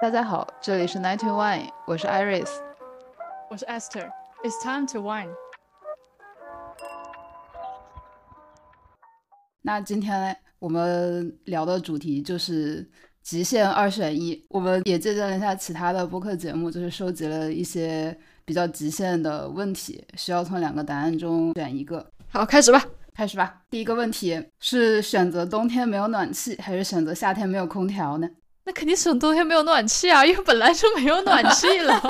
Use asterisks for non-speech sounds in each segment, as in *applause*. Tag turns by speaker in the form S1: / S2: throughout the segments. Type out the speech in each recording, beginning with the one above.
S1: 大家好，这里是 Ninety One，我是 Iris。
S2: 我是 Esther。It's time to wine。
S1: 那今天我们聊的主题就是极限二选一。我们也借鉴了一下其他的播客节目，就是收集了一些比较极限的问题，需要从两个答案中选一个。
S2: 好，开始吧。
S1: 开始吧。第一个问题是选择冬天没有暖气，还是选择夏天没有空调呢？ *laughs*
S2: 那肯定是冬天没有暖气啊，因为本来就没有暖气
S1: *laughs*
S2: 了。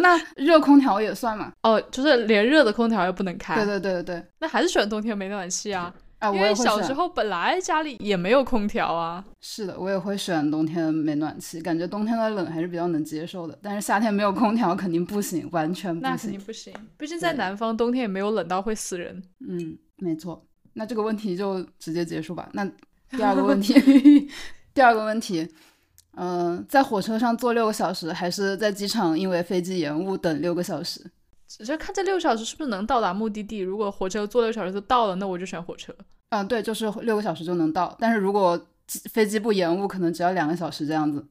S1: 那热空调也算嘛？
S2: 哦，就是连热的空调也不能开。
S1: 对对对对对。
S2: 那还是选冬天没暖气啊，
S1: 啊，我
S2: 因
S1: 也
S2: 为
S1: 会
S2: 小时
S1: 选
S2: 候本来家里也没有空调啊。
S1: 是的，我也会选冬天没暖气，感觉冬天的冷还是比较能接受的，但是夏天没有空调肯定不行，完全不
S2: 那肯
S1: 行
S2: 定。不行，毕竟
S1: 嗯
S2: 在
S1: 对
S2: 南方冬天也没有冷到会死人。
S1: 嗯，没错。那这个问题就直接结束吧。那第二个问
S2: *laughs*
S1: 题， *laughs* 第二个问题，嗯、在火车上坐六个小时，还是在机场因为飞机延误等六个小时？
S2: 只是看这六小时是不是能到达目的地。如果火车坐六小时就到了，那我就选火车。
S1: 嗯、对，就是六个小时就能到，但是如果机飞机不延误，可能只要两个小时这样子。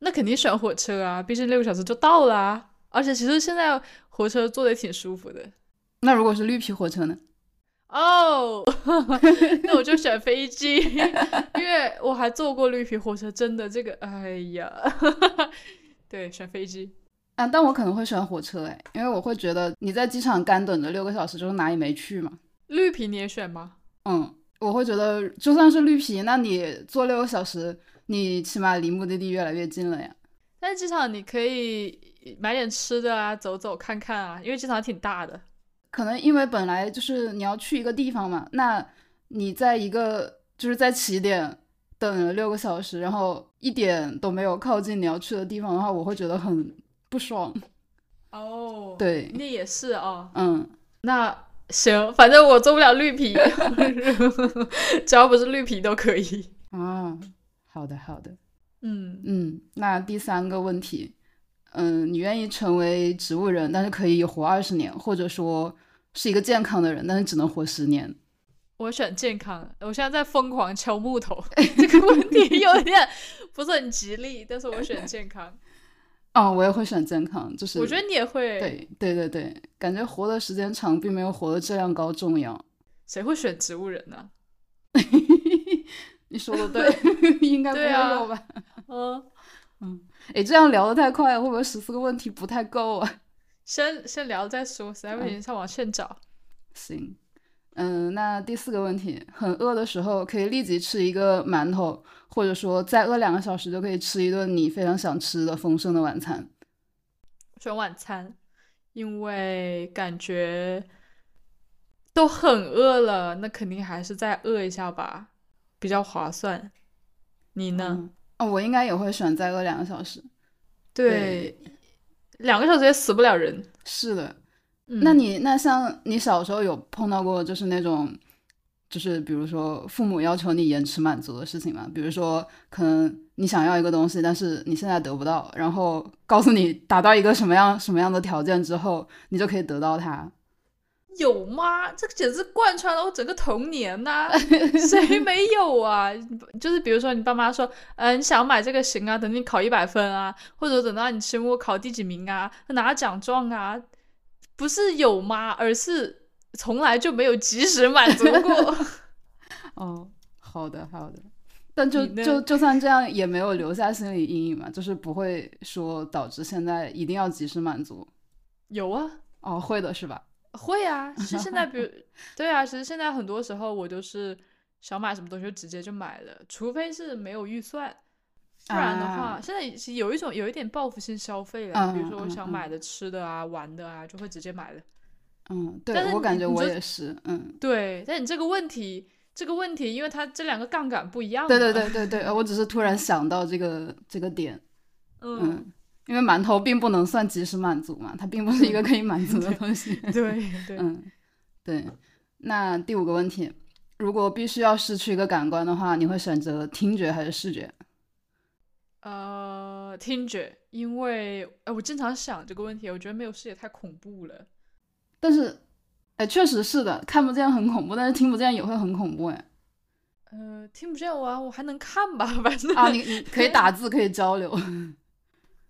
S2: 那肯定选火车啊，毕竟六个小时就到了啊。而且其实现在火车坐的也挺舒服的。
S1: 那如果是绿皮火车呢？
S2: 哦， *laughs* 那我就选飞机，因为我还坐过绿皮火车，真的这个，哎呀， *laughs* 对，选飞机。
S1: 啊，但我可能会选火车哎，因为我会觉得你在机场干等着六个小时，就是哪也没去嘛。
S2: 绿皮你也选吗？
S1: 嗯，我会觉得就算是绿皮，那你坐六个小时，你起码离目的地越来越近了呀。
S2: 但是机场你可以买点吃的啊，走走看看啊，因为机场还挺大的。
S1: 可能因为本来就是你要去一个地方嘛，那你在一个就是在起点等了六个小时，然后一点都没有靠近你要去的地方的话，我会觉得很不爽。
S2: 哦，
S1: 对，
S2: 那也是哦。
S1: 嗯，
S2: 那行，反正我做不了绿皮， *laughs* 只要不是绿皮都可以。
S1: 啊，好的好的。
S2: 嗯，
S1: 嗯，那第三个问题，嗯，你愿意成为植物人，但是可以活二十年，或者说是一个健康的人，但是只能活十年？
S2: 我选健康，我现在在疯狂敲木头， *laughs* 这个问题有点不是很吉利，但是我选健康。
S1: 哦，我也会选健康，就是
S2: 我觉得你也会，
S1: 对对对对，感觉活的时间长并没有活的质量高重要。
S2: 谁会选植物人呢、
S1: 你说的对， *laughs* 应该不
S2: 对
S1: 会
S2: 啊
S1: 有吧？
S2: 嗯，
S1: 诶，这样聊得太快了，会不会十四个问题不太够啊？
S2: 先先聊再说，实在不行上网现找。
S1: 行，嗯，那第四个问题，很饿的时候可以立即吃一个馒头，或者说再饿两个小时就可以吃一顿你非常想吃的丰盛的晚餐。
S2: 选晚餐，因为感觉都很饿了，那肯定还是再饿一下吧，比较划算。你呢？
S1: 嗯，哦，我应该也会选再饿两个小时。
S2: 对，两个小时也死不了人。
S1: 是的，
S2: 嗯、
S1: 那你那像你小时候有碰到过就是那种，就是比如说父母要求你延迟满足的事情吗？比如说可能你想要一个东西，但是你现在得不到，然后告诉你达到一个什么样什么样的条件之后，你就可以得到它。
S2: 有吗？这个简直贯穿了我整个童年呐、谁没有啊？ *laughs* 就是比如说你爸妈说，嗯、你想买这个行啊，等你考一百分啊，或者等到你期末考第几名啊，拿奖状啊，不是有吗？而是从来就没有及时满足过。
S1: 哦，好的好的，但就
S2: 你呢
S1: 就就算这样也没有留下心理阴影嘛，就是不会说导致现在一定要及时满足。
S2: 有啊，
S1: 哦，会的是吧？
S2: 会啊，其实现在
S1: *laughs*
S2: 比如对啊，其实现在很多时候我都是想买什么东西就直接就买了，除非是没有预算，不然的话，
S1: 啊
S2: 现在是有一种有一点报复性消费了，
S1: 嗯
S2: 比如说我
S1: 嗯
S2: 想
S1: 嗯
S2: 买的吃的啊、玩的啊，就会直接买了。
S1: 嗯，
S2: 但
S1: 对，
S2: 是
S1: 我感
S2: 你
S1: 觉
S2: 你
S1: 我
S2: 就
S1: 也是，嗯，
S2: 对，但你这个问题，这个问题，因为它这两个杠杆不一样。啊
S1: 对对，对对对，呃我只是突然想到这个这个点，
S2: 嗯，
S1: 嗯，因为馒头并不能算及时满足嘛，它并不是一个可以满足的东西。
S2: 对对，
S1: 嗯，对。那第五个问题，如果必须要失去一个感官的话，你会选择听觉还是视觉？
S2: *laughs* 呃，听觉，因为哎，我经常想这个问题，我觉得没有视野太恐怖了。
S1: 但是，哎，确实是的，看不见很恐怖，但是听不见也会很恐怖，哎。
S2: 呃，听不见我啊，我还能看吧，反正 *laughs*
S1: 啊，你你可以打字，可以交流。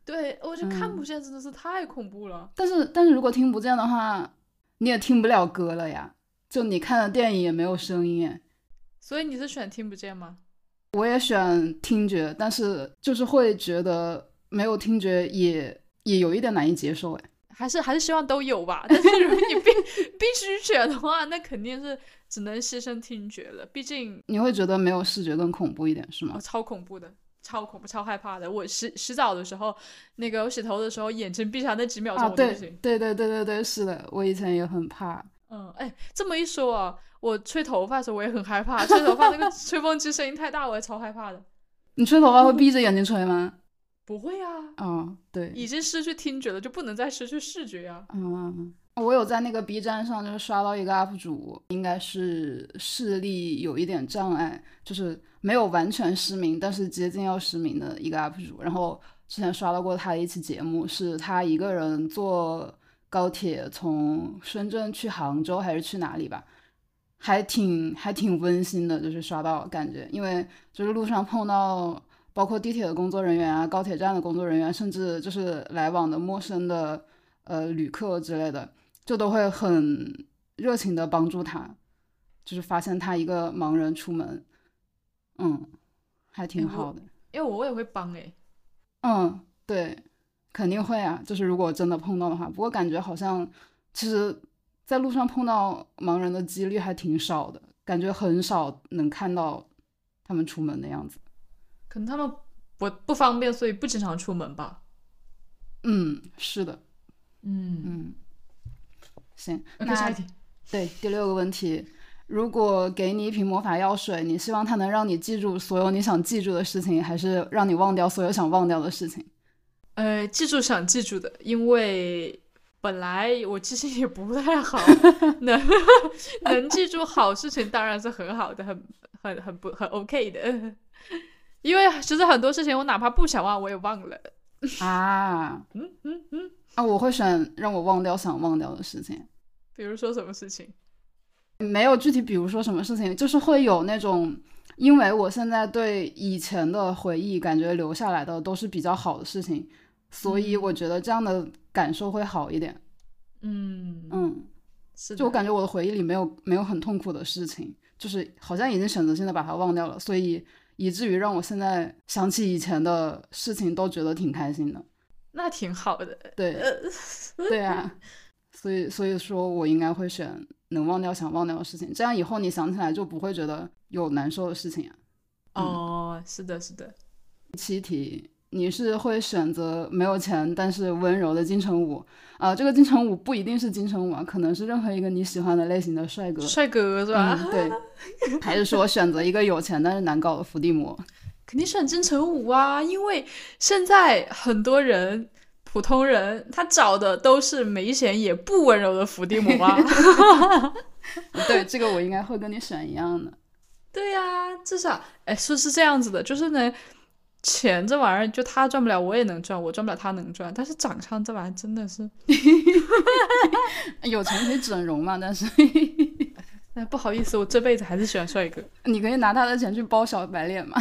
S2: 对，我觉得看
S1: 嗯
S2: 不见真的是太恐怖了。
S1: 但是但是如果听不见的话，你也听不了歌了呀。就你看的电影也没有声音耶，
S2: 所以你是选听不见吗？
S1: 我也选听觉，但是就是会觉得没有听觉也也有一点难以接受哎。
S2: 还是还是希望都有吧。 *laughs* 但是如果你必必须选的话，那肯定是只能牺牲听觉了。毕竟
S1: 你会觉得没有视觉更恐怖一点是
S2: 我、
S1: 吗？
S2: 超恐怖的，超恐怖，超害怕的。我洗洗澡的时候，那个我洗头的时候，眼睛闭上那几秒钟
S1: 啊，
S2: 我都
S1: 对
S2: 不行。
S1: 对对对对对，是的，我以前也很怕。
S2: 嗯，哎，这么一说啊，我吹头发的时候我也很害怕，吹头发那个 *laughs* 吹风机声音太大，我也超害怕的。
S1: 你吹头发会闭着眼睛吹吗？
S2: 不会啊，
S1: 哦，对，
S2: 已经失去听觉了，就不能再失去视觉啊。
S1: 嗯，我有在那个 B 站上就是刷到一个 UP 主，应该是视力有一点障碍，就是没有完全失明，但是接近要失明的一个 UP 主。然后之前刷到过他的一期节目，是他一个人坐高铁从深圳去杭州还是去哪里吧，还挺还挺温馨的，就是刷到感觉，因为就是路上碰到包括地铁的工作人员啊、高铁站的工作人员，甚至就是来往的陌生的呃旅客之类的，就都会很热情的帮助他，就是发现他一个盲人出门，嗯，还挺
S2: 哎我
S1: 好的，
S2: 因为我也会帮哎，
S1: 嗯，对，肯定会啊，就是如果真的碰到的话，不过感觉好像其实在路上碰到盲人的几率还挺少的，感觉很少能看到他们出门的样子。
S2: 可能他们不不方便，所以不经常出门吧。
S1: 嗯，是的，
S2: 嗯
S1: 嗯，行，
S2: OK，下
S1: 那
S2: 一题。
S1: 对第六个问题，如果给你一瓶魔法药水，你希望它能让你记住所有你想记住的事情，还是让你忘掉所有想忘掉的事情？
S2: 呃，记住想记住的，因为本来我记性也不太 *laughs* 好，能能记住好事情当然是很好的，很很很不很 OK 的。因为其实很多事情我哪怕不想忘，我也忘了。
S1: 啊
S2: 嗯嗯嗯，
S1: 啊，我会选让我忘掉想忘掉的事情。
S2: 比如说什么事情？
S1: 没有具体，比如说什么事情，就是会有那种，因为我现在对以前的回忆感觉留下来的都是比较好的事情，所以我觉得这样的感受会好一点。
S2: 嗯，
S1: 嗯，
S2: 是
S1: 就我
S2: 的，
S1: 感觉我的回忆里没有没有很痛苦的事情，就是好像已经选择性的把它忘掉了，所以以至于让我现在想起以前的事情都觉得挺开心的。
S2: 那挺好的。
S1: 对，对啊，所以所以说我应该会选能忘掉想忘掉的事情，这样以后你想起来就不会觉得有难受的事情啊。
S2: *laughs* 哦，是的，是的。
S1: 七题，你是会选择没有钱但是温柔的金城武啊、这个金城武不一定是金城武啊，可能是任何一个你喜欢的类型的帅哥。
S2: 帅哥是吧？
S1: 嗯，对， *laughs* 还是说选择一个有钱但是难搞的伏地 *laughs* 魔？
S2: 肯定选金城武啊，因为现在很多人。普通人他找的都是没钱也不温柔的伏地魔
S1: *laughs*
S2: 啊，
S1: 对，这个我应该会跟你选一样的。
S2: 对呀、至少哎是是这样子的，就是呢，钱这玩意儿就他赚不了我也能赚，我赚不了他能赚，但是长相这玩意儿真的是
S1: 有钱可以整容嘛，但是 *laughs*
S2: 哎不好意思，我这辈子还是喜欢帅
S1: *laughs*
S2: 哥。
S1: 你可以拿他的钱去包小白脸嘛。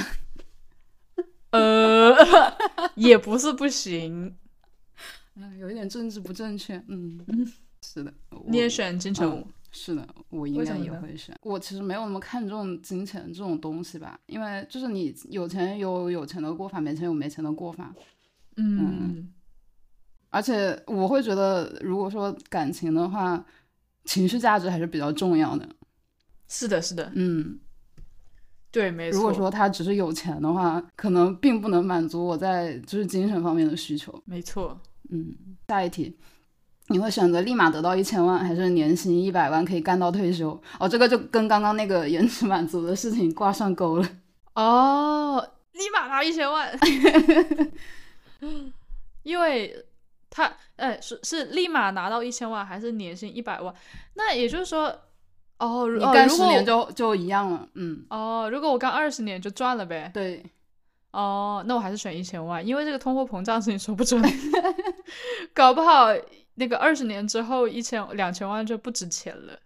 S2: 呃， *laughs* 也不是不行，
S1: 嗯，有一点政治不正确，嗯，是的，我
S2: 你也选金城武，
S1: 是的，我应
S2: 为
S1: 该
S2: 什么
S1: 也
S2: 呢
S1: 会选。我其实没有那么看重金钱这种东西吧，因为就是你有钱有有钱的过法，没钱有没钱的过法。
S2: 嗯，
S1: 而且我会觉得，如果说感情的话，情绪价值还是比较重要的。
S2: 是的，是的，
S1: 嗯，
S2: 对，没错。
S1: 如果说他只是有钱的话，可能并不能满足我在就是精神方面的需求。
S2: 没错，
S1: 嗯，下一题，你会选择立马得到一千万，还是年薪一百万可以干到退休？哦，这个就跟刚刚那个延迟满足的事情挂上钩了。
S2: 哦，立马拿一
S1: *laughs*
S2: 千万，因为他哎是是立马拿到一千万，还是年薪一百万？那也就是说，哦，如
S1: 你
S2: 哦
S1: 干
S2: 如
S1: 十
S2: 果
S1: 年
S2: 我
S1: 就就一样了。嗯，
S2: 哦，如果我干二十年就赚了呗。
S1: 对，
S2: 哦，那我还是选一千万，因为这个通货膨胀是你说不
S1: *laughs*
S2: 准的，搞不好那个二十年之后一千两千万就不值钱了。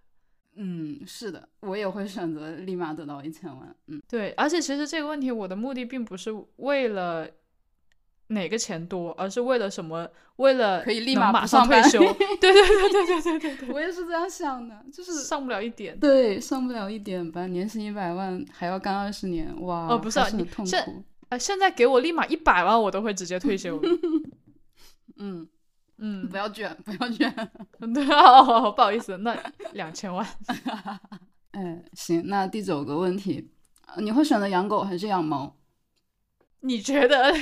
S1: 嗯，是的，我也会选择立马得到 *laughs* 一千万。嗯
S2: 对，而且其实这个问题，我的目的并不是为了哪个钱多，而是为了什么，为了
S1: 可以立
S2: 能
S1: 马
S2: 马
S1: 不
S2: 上
S1: 上
S2: 退
S1: 班 *laughs*
S2: 休。对对对对对对对
S1: 我也是这样想的，就是
S2: 对，上不了一点。
S1: 对上不了一点班，年薪一百万还要干二十年，哇，
S2: 哦不是
S1: 是,、
S2: 啊
S1: 很
S2: 你
S1: 痛
S2: 现
S1: 苦。
S2: 啊，现在给我立马一百万，我都会直接退休。
S1: 嗯，
S2: 嗯 *laughs*
S1: 不，要卷，不要卷。
S2: 对啊，哦不好意思，那两千万。
S1: *laughs* 哎，行，那第九个问题，呃你会选择养狗还是养猫？
S2: 你觉得嘞？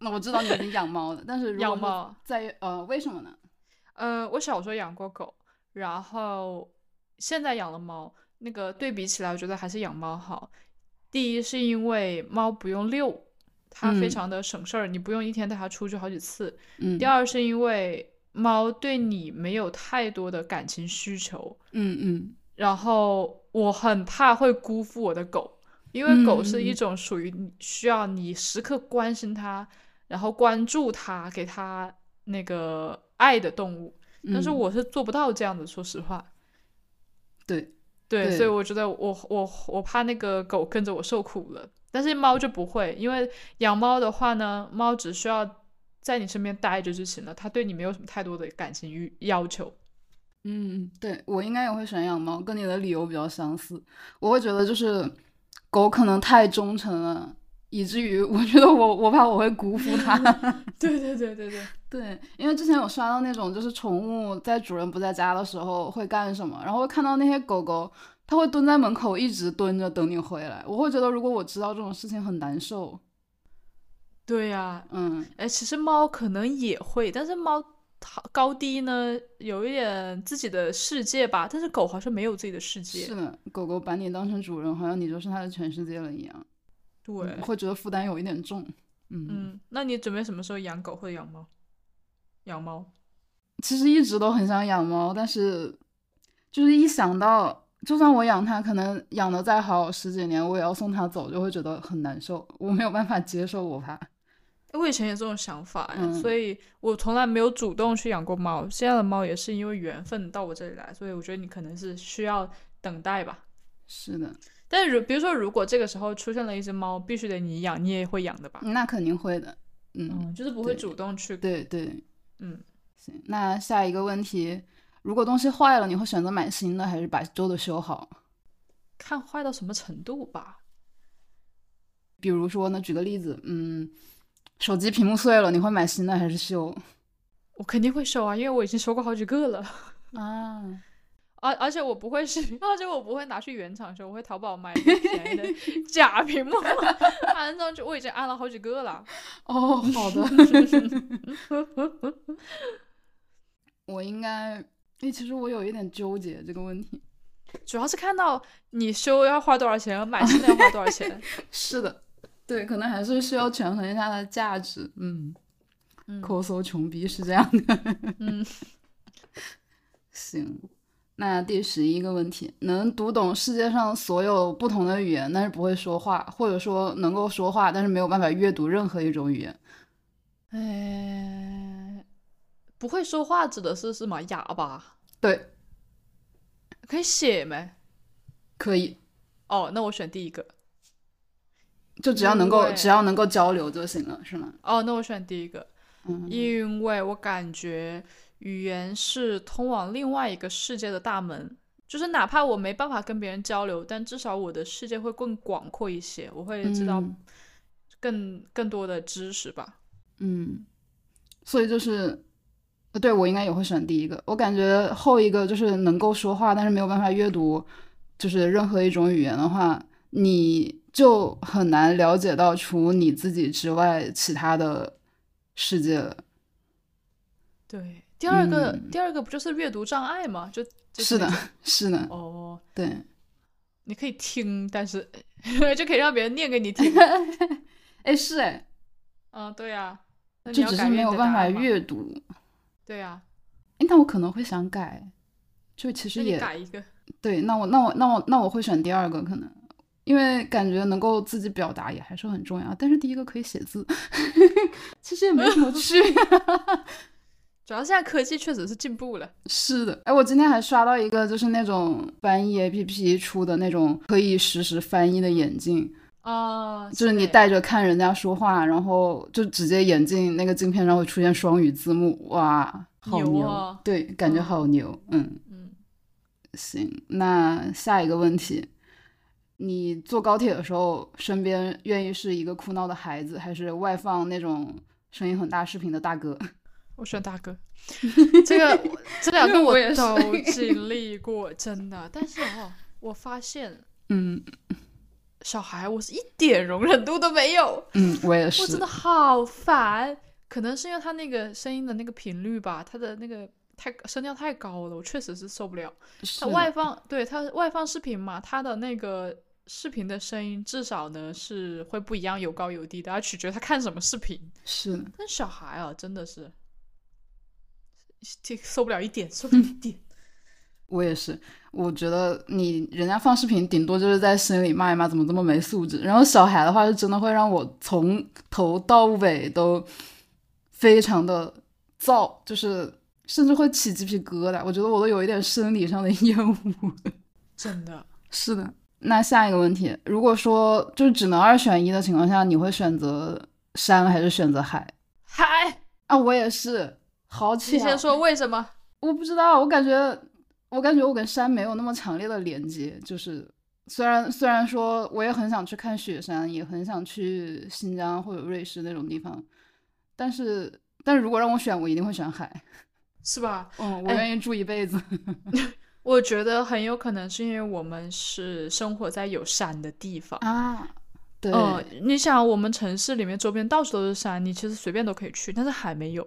S1: 那我知道你已经养猫了，但是如果
S2: 养
S1: 是
S2: 猫？啊
S1: 在呃，为什么呢？
S2: 呃，我小时候养过狗，然后现在养了猫。那个对比起来，我觉得还是养猫好。第一是因为猫不用遛，它非
S1: 嗯
S2: 常的省事儿，你不用一天带它出去好几次。
S1: 嗯，
S2: 第二是因为猫对你没有太多的感情需求，
S1: 嗯嗯
S2: 然后我很怕会辜负我的狗，因为狗是一
S1: 嗯
S2: 种属于你需要你时刻关心它，然后关注它，给它那个爱的动物。
S1: 嗯，
S2: 但是我是做不到这样的，说实话。
S1: 对，
S2: 对，
S1: 对
S2: 所以我觉得我我我怕那个狗跟着我受苦了，但是猫就不会，因为养猫的话呢，猫只需要在你身边待着就行了，它对你没有什么太多的感情欲要求。 *laughs*
S1: 嗯，对我应该也会选养猫，跟你的理由比较相似。我会觉得就是狗可能太忠诚了，以至于 *laughs* 我觉得我我怕我会辜负它。 *laughs*
S2: 对对对对对，
S1: 对，因为之前有刷到那种，就是宠物在主人不在家的时候会干什么，然后会看到那些狗狗，它会蹲在门口一直蹲着等你回来。我会觉得，如果我知道这种事情很难受。
S2: 对呀、
S1: 嗯，
S2: 哎，其实猫可能也会，但是猫它高低呢有一点自己的世界吧，但是狗好像没有自己的世界。
S1: 是的，狗狗把你当成主人，好像你就是它的全世界了一样，
S2: 对，
S1: 嗯会觉得负担有一点重。嗯，
S2: 嗯，那你准备什么时候养狗或者养猫？养猫，
S1: 其实一直都很想养猫，但是就是一想到，就算我养它，可能养的再好，十几年我也要送它走，就会觉得很难受，我没有办法接受我怕。
S2: 诶我以前有这种想法呀，
S1: 嗯
S2: 所以我从来没有主动去养过猫。现在的猫也是因为缘分到我这里来，所以我觉得你可能是需要等待吧。
S1: 是的，
S2: 但是如比如说，如果这个时候出现了一只猫，必须得你养，你也会养的吧？
S1: 那肯定会的。啊嗯，
S2: 嗯，就是不会
S1: 对
S2: 主动去。
S1: 对对，
S2: 嗯，
S1: 行。那下一个问题，如果东西坏了，你会选择买新的，还是把旧的修好？
S2: 看坏到什么程度吧。
S1: 比如说呢，举个例子，嗯，手机屏幕碎了，你会买新的还是修？
S2: 我肯定会收啊，因为我已经收过好几个了，
S1: 啊，
S2: 而而且我不会是， *laughs* 而且我不会拿去原厂修，我会淘宝买一个便
S1: *laughs*
S2: 宜的假屏幕安上去，我已经安了好几个了。
S1: 哦，好的。我应该，诶，其实我有一点纠结这个问题。
S2: *laughs*
S1: *laughs*
S2: 主要是看到你修要花多少钱，买新的要花多
S1: *laughs*
S2: 少钱。
S1: 是的，对，可能还是需要权衡一下它的价值。嗯，
S2: 嗯
S1: *laughs* 抠搜穷逼是这样的。
S2: 嗯，
S1: *laughs* 行，那第十一个问题，能读懂世界上所有不同的语言，但是不会说话，或者说能够说话，但是没有办法阅读任何一种语言。
S2: 哎，不会说话指的是什么哑巴？
S1: 对，
S2: 可以写没？
S1: 可以，
S2: 哦，那我选第一个。
S1: 就只要能够
S2: 对
S1: 只要能够交流就行了，是吗？
S2: 哦，那我选第一个。
S1: 嗯，
S2: 因为我感觉语言是通往另外一个世界的大门，就是哪怕我没办法跟别人交流，但至少我的世界会更广阔一些，我会知道
S1: 嗯
S2: 更、更多的知识吧。
S1: 嗯，所以就是，呃对我应该也会选第一个。我感觉后一个就是能够说话，但是没有办法阅读，就是任何一种语言的话，你就很难了解到除你自己之外其他的世界了。
S2: 对，第二个、
S1: 嗯
S2: 第二个不就是阅读障碍吗？就、就是
S1: 的
S2: 那种，
S1: *laughs* 是的，
S2: 哦，
S1: 对，
S2: 你可以听，但是 *laughs* 就可以让别人念给你
S1: *laughs*
S2: 听。
S1: 哎，是哎，
S2: 嗯，对呀、那你
S1: 就
S2: 要
S1: 只
S2: 改
S1: 是没
S2: 变你
S1: 有
S2: 的
S1: 办
S2: 答
S1: 法
S2: 案嘛。
S1: 阅读。
S2: 对啊呀、
S1: 哎，那我可能会想改，就其
S2: 那
S1: 实
S2: 你
S1: 也
S2: 改一个。
S1: 对，那我那我那我那我会选第二个，可能因为感觉能够自己表达也还是很重要，但是第一个可以写字， *laughs* 其实也没什么区别。 *laughs*
S2: 主要现在科技确实是进步了。
S1: 是的，哎，我今天还刷到一个就是那种翻译 APP 出的那种可以实时翻译的眼镜，
S2: 啊，
S1: 就是你
S2: 的
S1: 戴着看人家说话，然后就直接眼镜那个镜片上会出现双语字幕，哇，好
S2: 牛
S1: 牛！
S2: 啊
S1: 对，感觉
S2: 嗯
S1: 好牛。嗯，
S2: 嗯，
S1: 行，那下一个问题，你坐高铁的时候，身边愿意是一个哭闹的孩子，还是外放那种声音很大视频的大哥？ *laughs*
S2: 我选大哥。这个我这两
S1: 因
S2: 个
S1: 为我
S2: 我
S1: 也是
S2: 都经历过，真的。但是哦，我发现
S1: 嗯
S2: 小孩我是一点容忍度都没有，
S1: 嗯，我也
S2: 我真
S1: 是
S2: 的。好烦。可能是因为他那个声音的那个频率吧，他的那个太声调太高了，我确实是受不了。
S1: 是
S2: 它外放，对它外放视频嘛，它的那个视频的声音至少呢是会不一样，有高有低的，要取决他看什么视频。
S1: 是的，
S2: 但小孩啊，真的是，这受不了一点，受不了一点。 *laughs*
S1: 我也是。我觉得你人家放视频，顶多就是在心里骂一骂，怎么这么没素质。然后小孩的话，是真的会让我从头到尾都非常的燥，就是甚至会起鸡皮疙瘩。我觉得我都有一点生理上的 *laughs* 厌恶。
S2: 真的，
S1: 是的。那下一个问题，如果说就是只能二选一的情况下，你会选择山还是选择海？
S2: 嗨，
S1: 啊，我也是，好巧。
S2: 你先说为什么？
S1: 我不知道，我感觉，我感觉我跟山没有那么强烈的连接。就是虽然虽然说我也很想去看雪山，也很想去新疆或者瑞士那种地方，但是但是如果让我选，我一定会选海。
S2: 是吧？
S1: 嗯，我
S2: 哎
S1: 愿意住一辈子。 *laughs*
S2: 我觉得很有可能是因为我们是生活在有山的地方。
S1: 啊，对，
S2: 嗯，你想，我们城市里面周边到处都是山，你其实随便都可以去，但是海没有。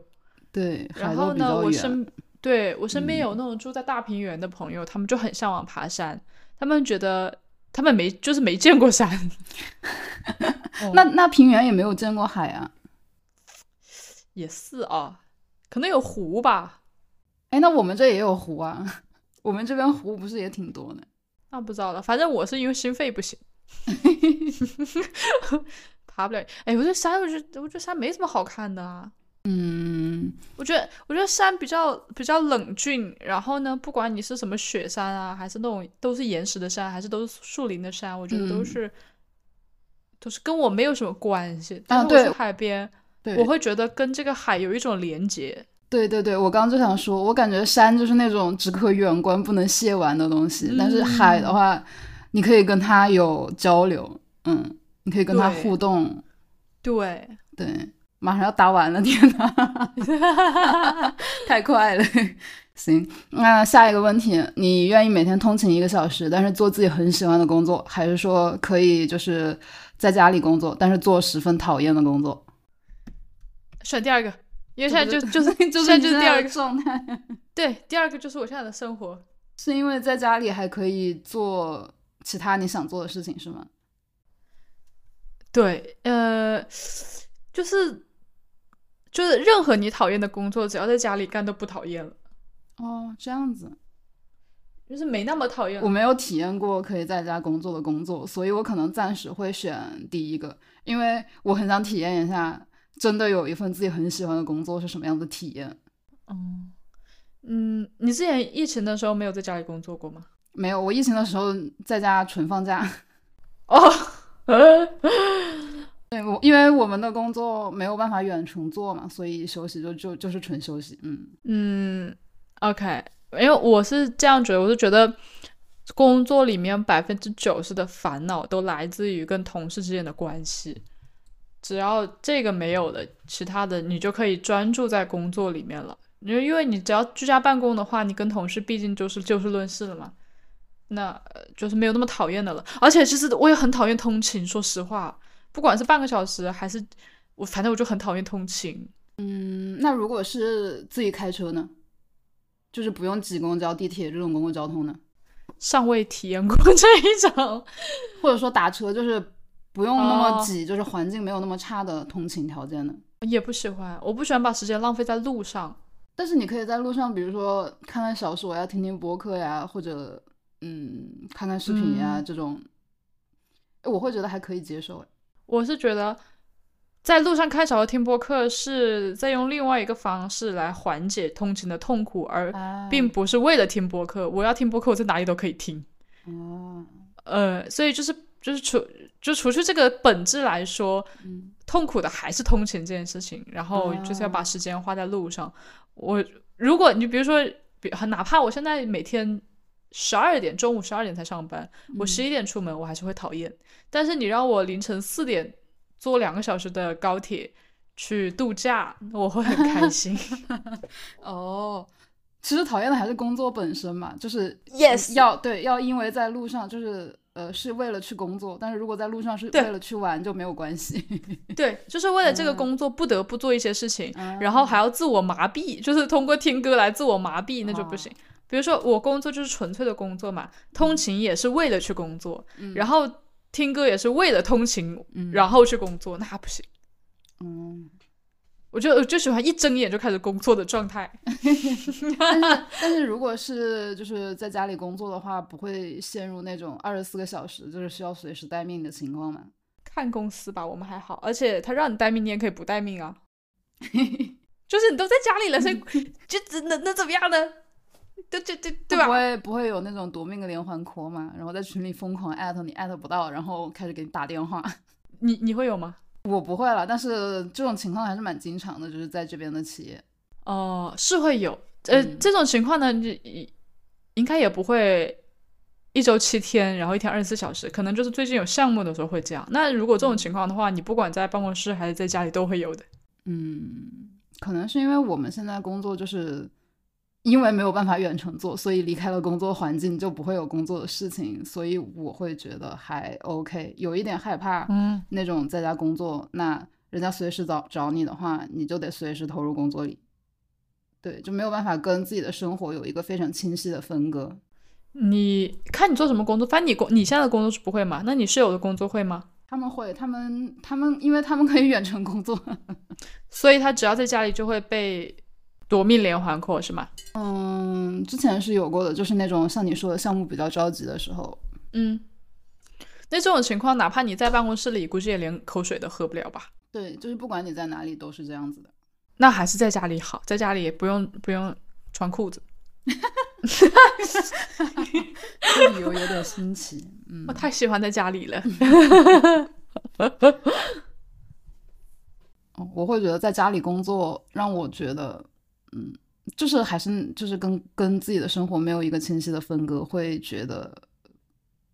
S1: 对，海
S2: 然
S1: 都
S2: 后
S1: 比
S2: 呢，
S1: 较
S2: 我
S1: 远。嗯
S2: 身对我身边有那种住在大平原的朋友，他们就很向往爬山，他们觉得他们没就是没见
S1: *laughs*
S2: 过山。哦
S1: 那那平原也没有见过海啊。
S2: 也是啊，可能有湖吧，
S1: 哎，那我们这也有湖啊， *laughs* 我们这边湖不是也挺多的？
S2: 那不知道了。反正我是因为心肺不
S1: *laughs*
S2: 行，爬不了。哎，我觉得山，我觉得我觉得山没什么好看的啊。
S1: 嗯，
S2: 我觉得，我觉得山比较比较冷峻，然后呢，不管你是什么雪山啊，还是那种都是岩石的山，还是都是树林的山，我觉得都
S1: 嗯
S2: 是、都是跟我没有什么关系。但是我
S1: 啊对
S2: 去海边，
S1: 对，
S2: 我会觉得跟这个海有一种连接。
S1: 对对对，我刚刚就想说，我感觉山就是那种只可远观不能亵玩的东西，但是海
S2: 嗯
S1: 的话，你可以跟它有交流，嗯，你可以跟它
S2: 对
S1: 互动，
S2: 对，
S1: 对。马上要答完了，天呐， *laughs* 太快了。行，那下一个问题，你愿意每天通勤一个小时，但是做自己很喜欢的工作，还是说可以就是在家里工作，但是做十分讨厌的工作？ *laughs*
S2: 选第二个，因为现在就
S1: 这不
S2: 就
S1: *laughs*
S2: 是
S1: 就是
S2: 现在
S1: 你现
S2: 就是第
S1: 在
S2: 二
S1: 的
S2: 个，
S1: 状态。 *laughs*
S2: 对，第二个就是我现在的生活。
S1: 是因为在家里还可以做其他你想做的事情，是吗？
S2: 对，呃，就是就是任何你讨厌的工作，只要在家里干都不讨厌了，
S1: 哦，这样子，
S2: 就是没那么讨厌
S1: 我
S2: 了。
S1: 没有体验过可以在家工作的工作，所以我可能暂时会选第一个，因为我很想体验一下，真的有一份自己很喜欢的工作是什么样的体验。
S2: 嗯嗯，你之前疫情的时候没有在家里工作过吗？
S1: 没有，我疫情的时候在家纯放假，
S2: 哦， *laughs*
S1: 对我，因为我们的工作没有办法远程做嘛，所以休息就就就是纯休息。嗯
S2: 嗯，OK，因为我是这样觉得，我是觉得工作里面百分之九十的烦恼都来自于跟同事之间的关系。只要这个没有了，其他的你就可以专注在工作里面了。因为因为你只要居家办公的话，你跟同事毕竟就是就事论事了嘛，那呃就是没有那么讨厌的了。而且其实我也很讨厌通勤，说实话，不管是半个小时还是我，反正我就很讨厌通勤。
S1: 嗯，那如果是自己开车呢？就是不用挤公交、地铁这种公共交通呢？
S2: 尚未体验过这一种，
S1: 或者说打车就是不用那么
S2: 哦
S1: 挤，就是环境没有那么差的通勤条件的。
S2: 也不喜欢，我不喜欢把时间浪费在路上。
S1: 但是你可以在路上，比如说看看小说呀、听听播客呀，或者嗯看看视频呀、
S2: 嗯
S1: 这种，哎我会觉得还可以接受。哎
S2: 我是觉得，在路上看小说、听播客是在用另外一个方式来缓解通勤的痛苦，而
S1: 啊
S2: 并不是为了听播客。我要听播客，我在哪里都可以听。
S1: 哦，
S2: 呃，所以就是就是除就除去这个本质来说，
S1: 嗯哦
S2: 痛苦的还是通勤这件事情，然后就是要把时间花在路上。我如果你比如说，比哪怕我现在每天十二点，中午十二点才上班，我
S1: 嗯
S2: 十一点出门，我还是会讨厌。但是你让我凌晨四点坐两个小时的高铁去度假，我会很
S1: *laughs*
S2: 开心。 *laughs*
S1: 哦，其实讨厌的还是工作本身嘛，就是
S2: Yes
S1: 要对要因为在路上就是呃是为了去工作，但是如果在路上是
S2: 对
S1: 为了去玩就没有关系。
S2: 对，就是为了这个
S1: 嗯
S2: 工作不得不做一些事情，
S1: 嗯
S2: *laughs* 然后还要自我麻痹， *laughs* 就是通过听歌来自我麻痹，那就
S1: 哦
S2: 不行。比如说我工作就是纯粹的工作嘛，通勤也是为了去工作，
S1: 嗯
S2: 然后听歌也是为了通勤，
S1: 嗯
S2: 然后去工作，那不行。
S1: 嗯，
S2: 我就我就喜欢一睁眼就开始工作的状态。
S1: 但是如果是就是在家里工作的话，不会陷入那种二十四个小时就是需要随时待命的情况嘛？
S2: 看公司吧，我们还好，而且他让你待命，你也可以不待命
S1: *laughs*
S2: 啊。就是你都在家里了，所以
S1: 嗯
S2: 就只能能怎么样呢？对对对对吧
S1: 不？会不会有那种夺命的连环 call 嘛？然后在群里疯狂艾特你，艾特不到，然后开始给你打电话。 *laughs*
S2: 你你会有吗？
S1: 我不会了，但是这种情况还是蛮经常的，就是在这边的企业。
S2: 哦、是会有，呃，
S1: 嗯
S2: 这种情况呢，你应该也不会一周七天，然后一天二十四小时，可能就是最近有项目的时候会这样。那如果这种情况的话，你不管在办公室还是在家里都会有的。
S1: 嗯，可能是因为我们现在工作就是因为没有办法远程做，所以离开了工作环境就不会有工作的事情，所以我会觉得还 OK，有一点害怕
S2: 嗯，
S1: 那种在家工作，那人家随时找找你的话，你就得随时投入工作里。对，就没有办法跟自己的生活有一个非常清晰的分割。
S2: 你看你做什么工作，反正你工你现在的工作是不会嘛？那你室友的工作会吗？
S1: 他们会，他们他们，因为他们可以远程工作， *laughs*
S2: 所以他只要在家里就会被夺命连环扣，是吗？
S1: 嗯，之前是有过的，就是那种像你说的项目比较着急的时候，
S2: 嗯，那这种情况，哪怕你在办公室里，估计也连口水都喝不了吧？
S1: 对，就是不管你在哪里都是这样子的。
S2: 那还是在家里好，在家里也不用不用穿裤子。
S1: *laughs* 这理由有点新奇，嗯
S2: *laughs* 我，太喜欢在家里了。
S1: 哦我会觉得在家里工作让我觉得，嗯，就是还是就是跟跟自己的生活没有一个清晰的分割，会觉得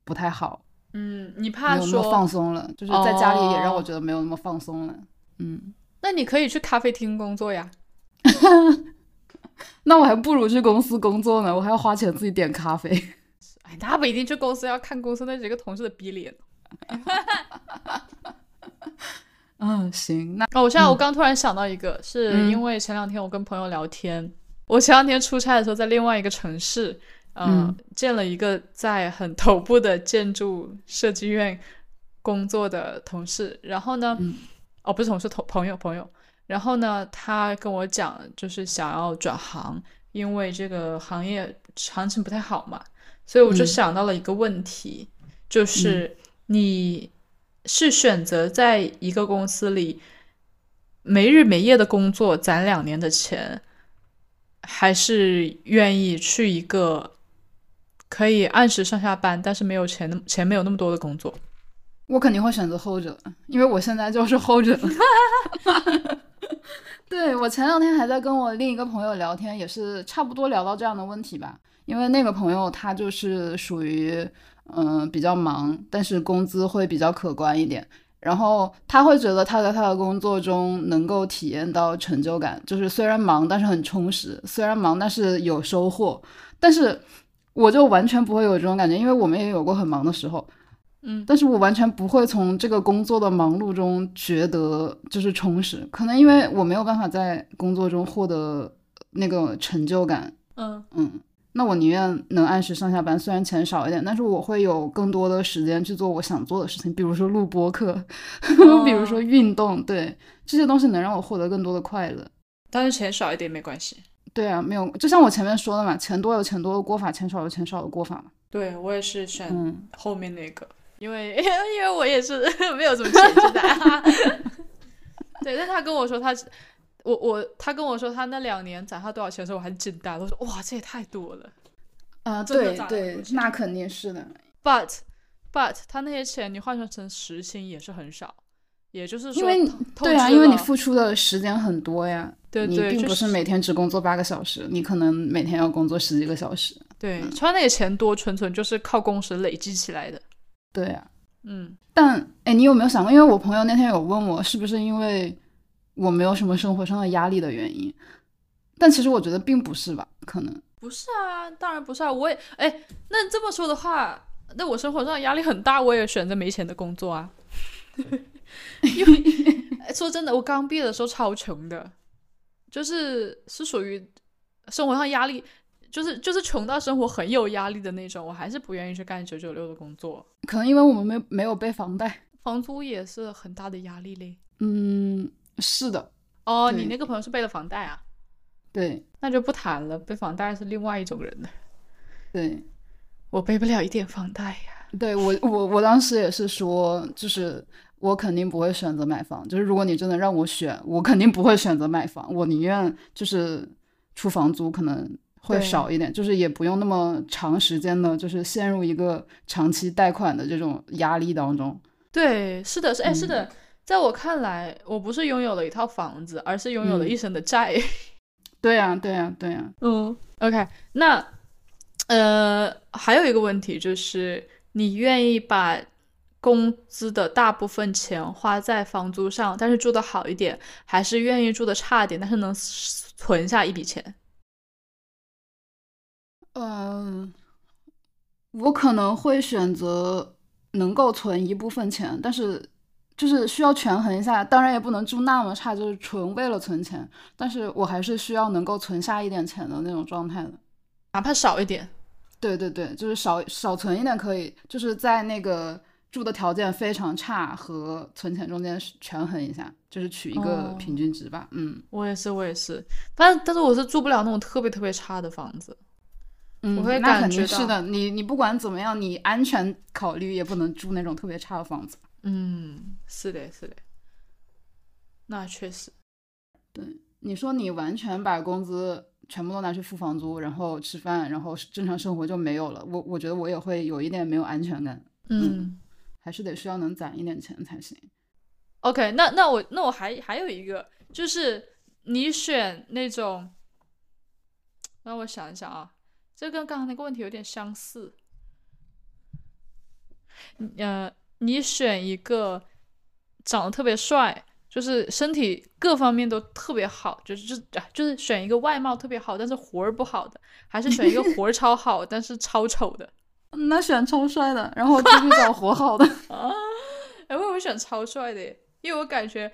S1: 不太好，
S2: 嗯，你怕
S1: 没有那么
S2: 说
S1: 放，松了。就是在家里也让我
S2: 哦
S1: 觉得没有那么放松了。嗯，
S2: 那你可以去咖啡厅工作呀。
S1: 那我还不如去公司工作呢，我还要花钱自己点咖啡。 *laughs*
S2: 哎，那不一定去公司，要看公司那几个同事的逼脸。
S1: 嗯，行，那
S2: 哦，我现在
S1: 嗯
S2: 我刚突然想到一个，是
S1: 嗯
S2: 因为前两天我跟朋友聊天，我前两天出差的时候在另外一个城市，
S1: 嗯
S2: 嗯，见了一个在很头部的建筑设计院工作的同事，然后呢，
S1: 嗯
S2: 哦，不是同事，同朋友朋友，然后呢，他跟我讲就是想要转行，因为这个行业行情不太好嘛，所以我就
S1: 嗯
S2: 想到了一个问题，就是你是选择在一个公司里没日没夜的工作攒两年的钱，还是愿意去一个可以按时上下班，但是没有钱那么钱没有那么多的工作？
S1: 我肯定会选择 hold 着，因为我现在就是 hold 着。 *laughs* 对我前两天还在跟我另一个朋友聊天，也是差不多聊到这样的问题吧。因为那个朋友他就是属于嗯、呃比较忙，但是工资会比较可观一点。然后他会觉得他在他的工作中能够体验到成就感，就是虽然忙，但是很充实；虽然忙，但是有收获。但是我就完全不会有这种感觉，因为我们也有过很忙的时候，
S2: 嗯
S1: 但是我完全不会从这个工作的忙碌中觉得就是充实，可能因为我没有办法在工作中获得那个成就感，
S2: 嗯
S1: 嗯，那我宁愿能按时上下班，虽然钱少一点，但是我会有更多的时间去做我想做的事情，比如说录播课， *laughs* 比如说运动，对，这些东西能让我获得更多的快乐。
S2: 但是钱少一点没关系。
S1: 对啊，没有，就像我前面说的嘛，钱多有钱多的过法，钱少有钱少的过法嘛。
S2: 对我也是选
S1: 嗯，
S2: 后面那个，因为 *laughs* 因为我也是 *laughs* 没有什么钱现在。 *laughs* 对，但他跟我说他，我我他跟我说他那两年攒下多少钱的时候，我还惊呆了，我说哇，这也太多了。
S1: 啊、
S2: 真的
S1: 对
S2: 咋了
S1: 对
S2: 我，觉得
S1: 那肯定是的。
S2: But but 他那些钱你换算成时薪也是很少，也就是说
S1: 因为你
S2: 透透
S1: 对啊，
S2: 支
S1: 因为你
S2: 了
S1: 付出的时间很多呀，
S2: 对
S1: 你
S2: 对
S1: 并
S2: 就
S1: 不是每天只工作八个小时，你可能每天要工作十几个小时。
S2: 对川那个钱多，纯纯就是靠工时累积起来的。
S1: 对啊，
S2: 嗯，
S1: 但哎，你有没有想过？因为我朋友那天有问我，是不是因为我没有什么生活上的压力的原因？但其实我觉得并不是吧，可能
S2: 不是啊，当然不是啊，我也哎，那这么说的话，那我生活上压力很大，我也选择没钱的工作啊。因为哎说真的，我刚毕业的时候超穷的，就是是属于生活上压力，就是就是穷到生活很有压力的那种，我还是不愿意去干九九六的工作，
S1: 可能因为我们没没有背房贷。
S2: 房租也是很大的压力嘞。
S1: 嗯，是的，
S2: 哦，
S1: 对
S2: 你那个朋友是背了房贷啊？
S1: 对
S2: 那就不谈了，背房贷是另外一种人的。
S1: 对。
S2: 我背不了一点房贷呀、
S1: 对我，我我当时也是说，就是我肯定不会选择买房。就是如果你真的让我选，我肯定不会选择买房，我宁愿就是出房租可能会
S2: 对
S1: 少一点，就是也不用那么长时间的，就是陷入一个长期贷款的这种压力当中。
S2: 对，是的，是哎，
S1: 嗯
S2: 是的，在我看来，我不是拥有了一套房子，而是拥有了
S1: 嗯
S2: 一身的债。
S1: 对呀、对呀、对啊呀、
S2: 嗯 *laughs* ，OK，那呃，还有一个问题就是，你愿意把工资的大部分钱花在房租上，但是住的好一点，还是愿意住的差一点，但是能存下一笔钱？
S1: 嗯、我可能会选择能够存一部分钱，但是就是需要权衡一下，当然也不能住那么差，就是纯为了存钱。但是我还是需要能够存下一点钱的那种状态的。
S2: 哪怕少一点，
S1: 对对对，就是少少存一点可以，就是在那个住的条件非常差和存钱中间权衡一下，就是取一个
S2: 哦
S1: 平均值吧。嗯
S2: 我也是，我也是，但但是我是住不了那种特别特别差的房子。
S1: 嗯，
S2: 我会
S1: 那
S2: 感
S1: 肯
S2: 觉
S1: 定是的。你你不管怎么样，你安全考虑也不能住那种特别差的房子。
S2: 嗯，是的，是的，那确实，
S1: 你说你完全把工资全部都拿去付房租，然后吃饭，然后正常生活就没有了。我我觉得我也会有一点没有安全感，
S2: 嗯
S1: 还是得需要能攒一点钱才行。
S2: ，OK，那那我那我还还有一个，就是你选那种，让我想一想啊，这跟刚才那个问题有点相似，嗯呃，你选一个长得特别帅。就是身体各方面都特别好，就是就是哎就是选一个外貌特别好，但是活儿不好的，还是选一个活儿超好，但是超丑的？
S1: 嗯那选超帅的，然后继续找活好的。
S2: 啊，哎，我也会选超帅的耶，因为我感觉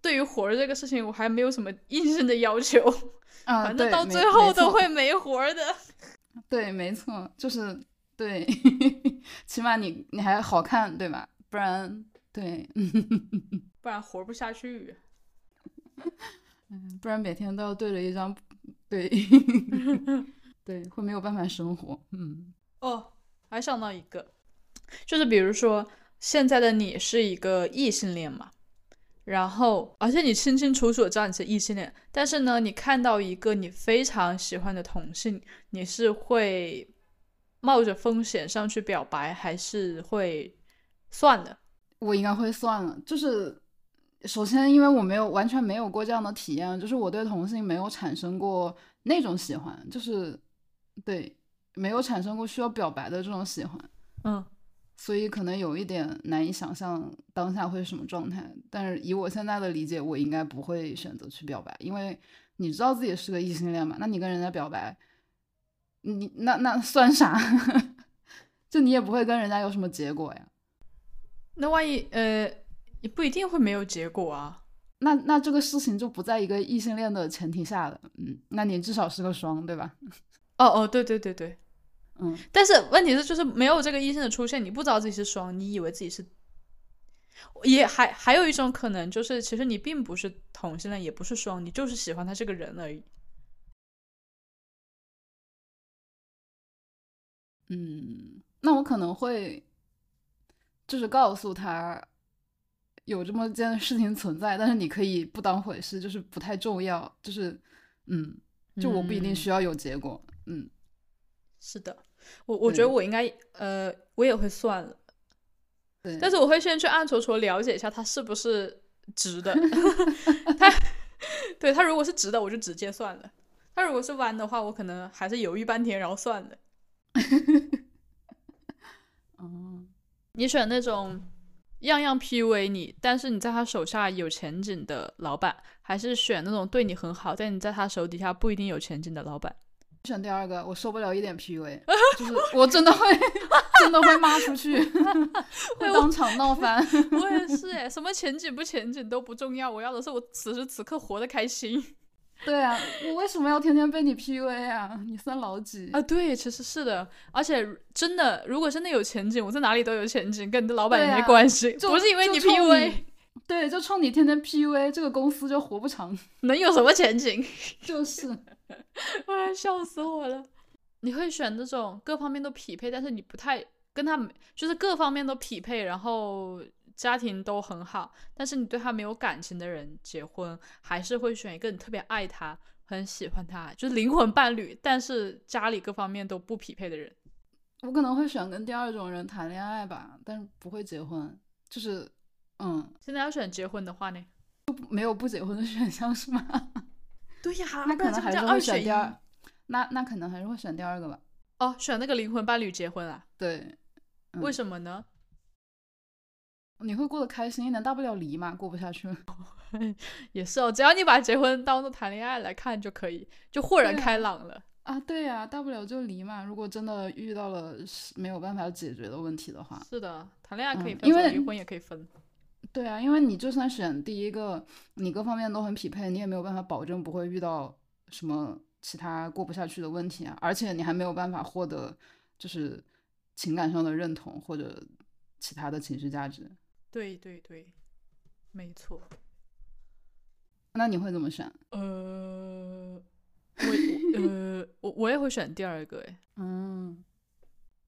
S2: 对于活儿这个事情，我还没有什么硬性的要求，
S1: *laughs* 啊，
S2: *laughs* 反正
S1: 对
S2: 到
S1: 没
S2: 最后
S1: 没错
S2: 都会没活儿的。
S1: 对，没错，就是对， *laughs* 起码你你还好看，对吧？不然对，
S2: 不然活不下去。
S1: 嗯不然每天都要对着一张 *laughs* 对对，会没有办法生活。嗯
S2: 哦，还想到一个，就是比如说现在的你是一个异性恋嘛，然后而且你清清楚楚的知道你是异性恋，但是呢，你看到一个你非常喜欢的同性，你是会冒着风险上去表白，还是会算了？
S1: 我应该会算了，就是首先，因为我没有完全没有过这样的体验，就是我对同性没有产生过那种喜欢，就是对没有产生过需要表白的这种喜欢，
S2: 嗯，
S1: 所以可能有一点难以想象当下会是什么状态。但是以我现在的理解，我应该不会选择去表白，因为你知道自己是个异性恋嘛，那你跟人家表白，你那那算啥？ *laughs* 就你也不会跟人家有什么结果呀。
S2: 那万一呃，也不一定会没有结果啊。
S1: 那那这个事情就不在一个异性恋的前提下了，嗯，那你至少是个双，对吧？
S2: 哦哦，对对对对，
S1: 嗯，
S2: 但是问题是，就是没有这个医生的出现，你不知道自己是双，你以为自己是，也还还有一种可能就是，其实你并不是同性恋，也不是双，你就是喜欢他这个人而已。
S1: 嗯，那我可能会就是告诉他有这么件事情存在，但是你可以不当回事，就是不太重要，就是嗯，就我不一定
S2: 嗯
S1: 需要有结果，嗯
S2: 是的，我我觉得我应该呃，我也会算了，
S1: 对，
S2: 但是我会先去暗戳戳了解一下它是不是直 *laughs* 的。它对它如果是直的，我就直接算了；它如果是弯的话，我可能还是犹豫半天然后算了。 *laughs*
S1: 哦，
S2: 你选那种样样 PUA 你，但是你在他手下有前景的老板，还是选那种对你很好，但你在他手底下不一定有前景的老板？
S1: 选第二个，我受不了一点 PUA，就是我真的会 *laughs* 真的会骂出去，会当场闹翻。
S2: *laughs*
S1: *laughs*
S2: 我也是哎，什么前景不前景都不重要，我要的是我此时此刻活得开心
S1: 对啊，我为什么要天天被你 PUA 啊？你算老几？
S2: 啊！对，其实是的，而且真的，如果真的有前景，我在哪里都有前景，跟你的老板也
S1: 对啊
S2: 没关系，
S1: 就
S2: 不是因为
S1: 就
S2: 你
S1: 冲
S2: PUA，
S1: 对，就冲你天天 PUA，这个公司就活不长。 *laughs*
S2: 能有什么前景？
S1: 就是，
S2: *laughs* 哎，笑死我了！你会选那种各方面都匹配，但是你不太跟他没，就是各方面都匹配，然后家庭都很好，但是你对他没有感情的人结婚，还是会选一个你特别爱他、很喜欢他，就是灵魂伴侣，但是家里各方面都不匹配的人？
S1: 我可能会选跟第二种人谈恋爱吧，但是不会结婚。就是，嗯，
S2: 现在要选结婚的话呢？
S1: 没有不结婚的选项是吗？
S2: 对呀，
S1: 啊那
S2: 不
S1: 可能
S2: 然这不
S1: 还
S2: 叫
S1: 是
S2: 二
S1: 会
S2: 选
S1: 选
S2: 一
S1: 第二，那那可能还是会选第二个吧。
S2: 哦，选那个灵魂伴侣结婚啊？
S1: 对，嗯
S2: 为什么呢？
S1: 你会过得开心一点，大不了离嘛，过不下去了。
S2: 也是哦，只要你把结婚当做谈恋爱来看就可以，就豁然
S1: 对啊
S2: 开朗了。
S1: 啊，对呀、大不了就离嘛。如果真的遇到了是没有办法解决的问题的话，
S2: 是的，谈恋爱可以
S1: 啊嗯
S2: 分
S1: 因
S2: 手，
S1: 为
S2: 离婚也可以分。
S1: 对啊，因为你就算选第一个，你各方面都很匹配，你也没有办法保证不会遇到什么其他过不下去的问题啊，而且你还没有办法获得就是情感上的认同或者其他的情绪价值。
S2: 对对对，没错。
S1: 那你会怎么选？
S2: 呃，我我呃，我我也会选第二个，哎，
S1: 嗯，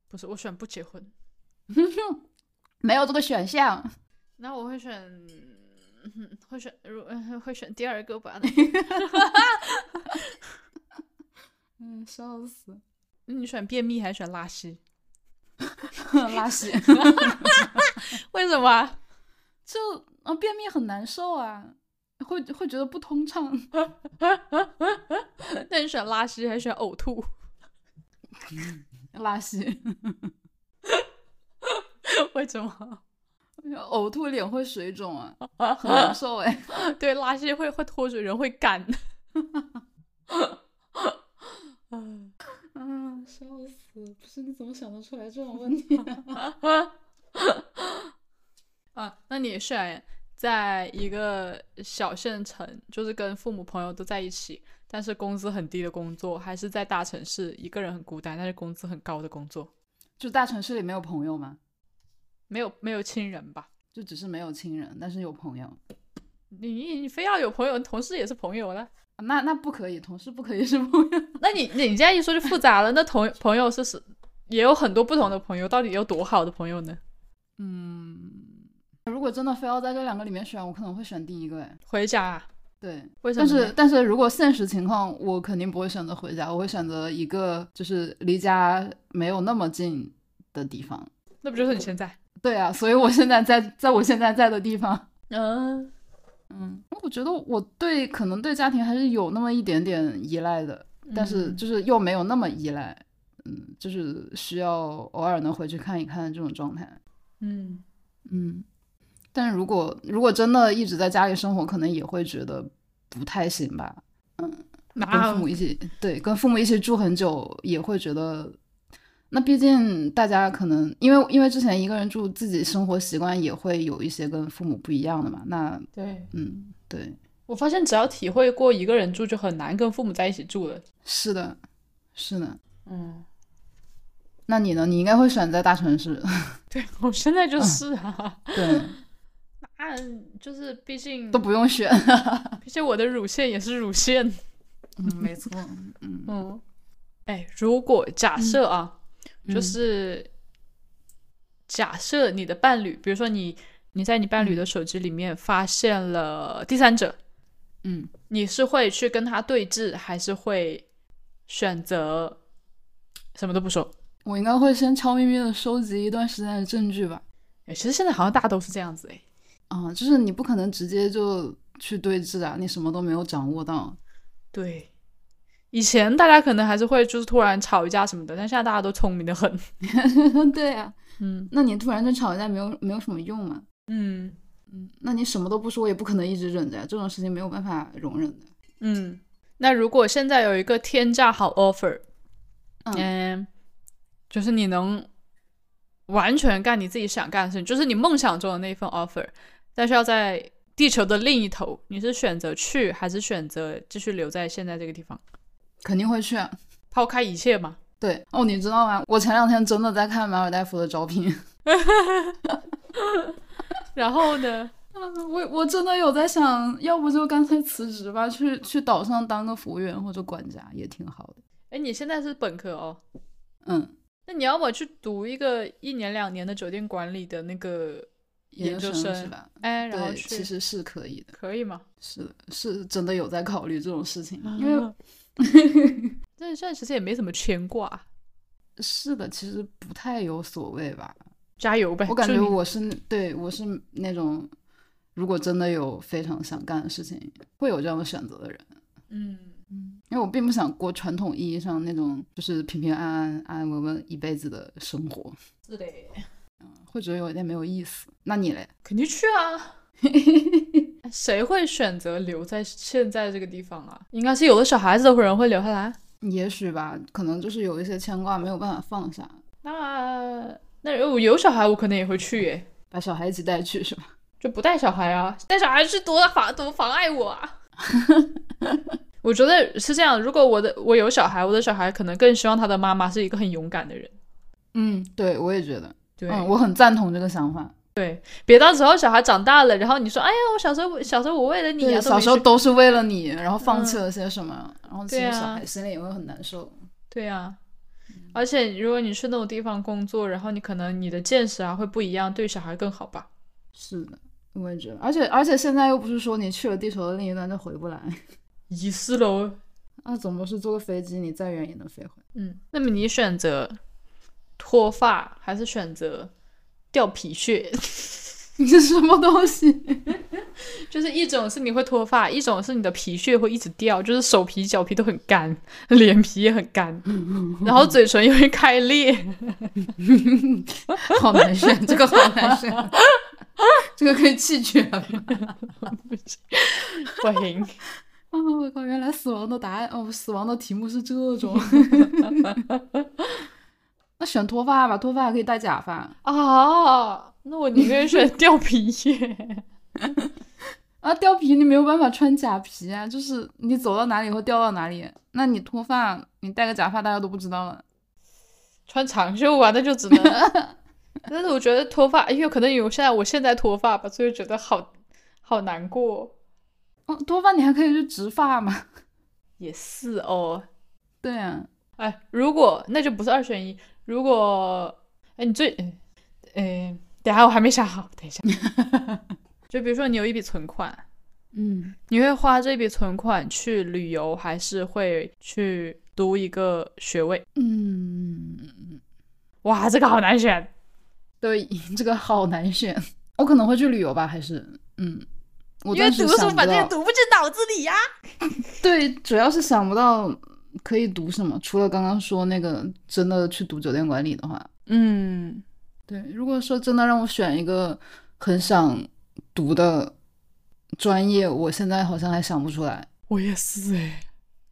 S2: 不是，我选不结婚。
S1: 没有这个选项。
S2: 那我会选， *laughs* 嗯会选如、呃会选第二个吧。
S1: 嗯，笑死，
S2: 那 *laughs* 你选便秘还是选拉稀？
S1: *laughs* 拉 *laughs* 稀，
S2: 为什么？
S1: 就啊便秘很难受啊，会会觉得不通畅。 *laughs*
S2: 那你选拉稀还是选呕吐？ *laughs*
S1: 拉稀， *laughs*
S2: 为什么？
S1: 呕吐，脸会水肿啊，很难受哎、
S2: 对，拉稀会会脱水，人会干。嗯。
S1: *laughs* 啊，笑死！不是你怎么想得出来这种问题、 *laughs*
S2: 啊，那你选在一个小县城，就是跟父母朋友都在一起，但是工资很低的工作，还是在大城市一个人很孤单，但是工资很高的工作？
S1: 就大城市里没有朋友嘛，
S2: 没有没有亲人吧？
S1: 就只是没有亲人，但是有朋友。
S2: 你你非要有朋友，同事也是朋友了。
S1: 啊那那不可以，同事不可以是朋友。 *laughs*
S2: 那你你这样一说就复杂了。那同朋友是是也有很多不同的朋友，到底有多好的朋友呢？
S1: 嗯，如果真的非要在这两个里面选，我可能会选第一个哎。
S2: 回家啊、
S1: 对，
S2: 为什
S1: 但
S2: 么呢？
S1: 是但是如果现实情况，我肯定不会选择回家，我会选择一个就是离家没有那么近的地方。
S2: 那不就是你现在？
S1: 对啊，所以我现在在在我现在在的地方。
S2: 嗯，
S1: 嗯，我觉得我对可能对家庭还是有那么一点点依赖的，但
S2: 嗯
S1: 是就是又没有那么依赖，嗯，就是需要偶尔能回去看一看这种状态，
S2: 嗯，
S1: 嗯。但如果如果真的一直在家里生活，可能也会觉得不太行吧。嗯跟
S2: 那
S1: 父母一起，对，跟父母一起住很久，也会觉得，那毕竟大家可能因为因为之前一个人住，自己生活习惯也会有一些跟父母不一样的嘛。那
S2: 对。
S1: 嗯，对，
S2: 我发现只要体会过一个人住，就很难跟父母在一起住了。
S1: 是的，是的。
S2: 嗯，
S1: 那你呢？你应该会选在大城市， *laughs*
S2: 对 *laughs* 我现在就是啊，
S1: 对，
S2: 那就是毕竟
S1: 都，不用选。
S2: 毕竟我的乳腺也是乳腺。
S1: 嗯，没错。
S2: 嗯，哎，如果假设啊，就是假设你的伴侣，比如说你你在你伴侣的手机里面发现了第三者，
S1: 嗯，
S2: 你是会去跟他对峙，还是会选择什么都不说？
S1: 我 *laughs* 我应该会先悄咪咪的收集一段时间的证据吧。
S2: 哎其实现在好像大家都是这样子哎。
S1: 啊、就是你不可能直接就去对峙啊，你什么都没有掌握到。 *laughs*
S2: 对，以前大家可能还是会就是突然吵一架什么的，但现在大家都聪明的很。
S1: 对呀、
S2: 嗯
S1: 那你突然就吵架没有没有什么用嘛？
S2: 嗯
S1: 嗯，那你什么都不说也不可能一直忍着呀，这种事情没有办法容忍的。
S2: 嗯。那如果现在有一个天价好 offer，
S1: 嗯
S2: 嗯，就是你能完全干你自己想干的事情，就是你梦想中的那份 offer，但是要在地球的另一头，你是选择去还是选择继续留在现在这个地方？
S1: 肯定会去啊。
S2: 抛开一切嘛。
S1: 对哦，你知道吗？我前两天真的在看马尔代夫的招聘，
S2: 然后 *laughs* 呢？
S1: *laughs* 我我真的有在想，要不就干脆辞职吧，去去岛上当个服务员或者管家也挺好的。
S2: 哎，你现在是本科哦，
S1: 嗯，
S2: 那你要么去读一个一年两年的酒店管理的那个研
S1: 究
S2: 究
S1: 生
S2: 生，
S1: 是吧？
S2: 哎，然
S1: 嗯
S2: 后
S1: 对，
S2: 去
S1: 其实是可以的，
S2: 可以吗？
S1: 是的，是真的有在考虑这种事情，
S2: 啊
S1: 因 *laughs* 为
S2: 这这其实也没什么牵挂，
S1: 是的，其实不太有所谓吧。
S2: 加油呗！
S1: 我感
S2: 祝
S1: 觉
S2: 你
S1: 我是对我是那种，如果真的有非常想干的事情，会有这样的选择的人。
S2: 嗯
S1: 因为我并不想过传统意义上那种就是平平安安、安安稳稳一辈子的生活，
S2: 是的，
S1: 会觉得有点没有意思。那你嘞？
S2: 肯定去啊。
S1: *laughs*
S2: 谁会选择留在现在这个地方啊？应该是有的小孩子的人会留下来。
S1: 也许吧，可能就是有一些牵挂没有办法放下，
S2: 那那有有小孩，我可能也会去耶，
S1: 把小孩一起带去是吧？
S2: 就不带小孩啊，带小孩去多妨多妨碍我啊。 *laughs* 我觉得是这样，如果我的我有小孩，我的小孩可能更希望他的妈妈是一个很勇敢的人。
S1: 嗯，对，我也觉得，
S2: 对，
S1: 嗯，我很赞同这个想法。
S2: 别到时候小孩长大了，然后你说，哎呀，我小时候小时候我为了你
S1: 对，
S2: 啊，都没
S1: 小时候
S2: 去
S1: 都嗯是为了你，然后放弃了些什么，然后其实
S2: 对啊
S1: 小孩心里也会很难受。
S2: 对啊。而且如果你去那种地方工作，然后你可能你的见识啊会不一样，对小孩更好吧？
S1: 是的，我也觉得，而且而且现在又不是说你去了地球的另一端就回不来， *laughs*
S2: 疑似喽。
S1: 那总不是坐个飞机你再远也能飞回来。 *laughs*
S2: 嗯，那么你选择脱发还是选择掉皮屑？
S1: 你是什么东西？ *laughs*
S2: 就是一种是你会脱发，一种是你的皮屑会一直掉，就是手皮、脚皮都很干，脸皮也很干，然后嘴唇也会开裂。
S1: 好难选，这个好难选， *laughs* 这个可以弃权吗？
S2: *laughs*
S1: *laughs*
S2: 不行，
S1: 啊、我靠，原来死亡的答案哦，死亡的题目是这种。 *laughs* 那选脱发吧，脱发还可以戴假发
S2: 啊，那我宁愿选掉皮屑。
S1: 啊。掉皮你没有办法穿假皮啊，就是你走到哪里会掉到哪里。那你脱发，你戴个假发大家都不知道了。
S2: 穿长袖啊，那就只 *laughs* 能。但是我觉得脱发，因为可能有现在我现在脱发吧，所以觉得好好难过。
S1: 哦，脱发你还可以去植发嘛？
S2: 也是哦，
S1: 对啊，
S2: 哎，如果那就不是二选一。如果哎，你最哎哎，等一下我还没想好，等一 *laughs* 下。就比如说你有一笔存款，
S1: 嗯，
S2: 你会花这笔存款去旅游，还是会去读一个学位？
S1: 嗯，
S2: 哇，这个好难选。
S1: 对， *laughs* 这个好难选。我可能会去旅游吧，还是嗯，我
S2: 因为
S1: 暂时
S2: 读
S1: 想
S2: 书
S1: 不
S2: 反正也
S1: 到
S2: 读不进脑子里呀、
S1: 对，主要是想不到可以读什么，除了刚刚说那个真的去读酒店管理的话，
S2: 嗯，
S1: 对，如果说真的让我选一个很想读的专业，我现在好像还想不出来。
S2: 我也是哎。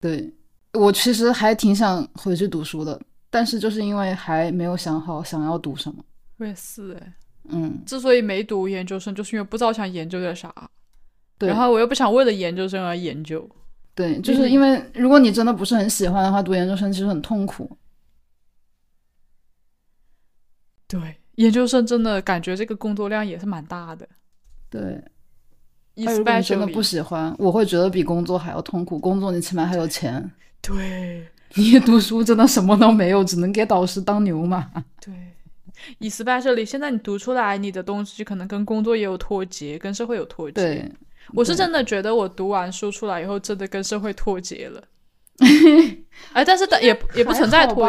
S1: 对，我其实还挺想回去读书的，但是就是因为还没有想好想要读什么，
S2: 我也是哎，
S1: 嗯，
S2: 之所以没读研究生，就是因为不知道想研究点啥，
S1: 对
S2: 然后我又不想为了研究生而研究。
S1: 对，
S2: 嗯
S1: 就是因为如果你真的不是很喜欢的话，读研究生其实很痛苦。
S2: 对，研究生真的感觉这个工作量也是蛮大的
S1: 对，但哎如果你真的不
S2: ，especially
S1: 喜欢，我会觉得比工作还要痛苦。工作你起码还有钱，
S2: 对
S1: 你读书真的什么都没有，只能给导师当牛马。
S2: 对，especially 现在你读出来你的东西可能跟工作也有脱节，跟社会有脱节。
S1: 对，
S2: 我是
S1: 对 *laughs*
S2: 真的觉得我读完书出来以后，真的跟社会脱节了。哎，但是但也不也不存在脱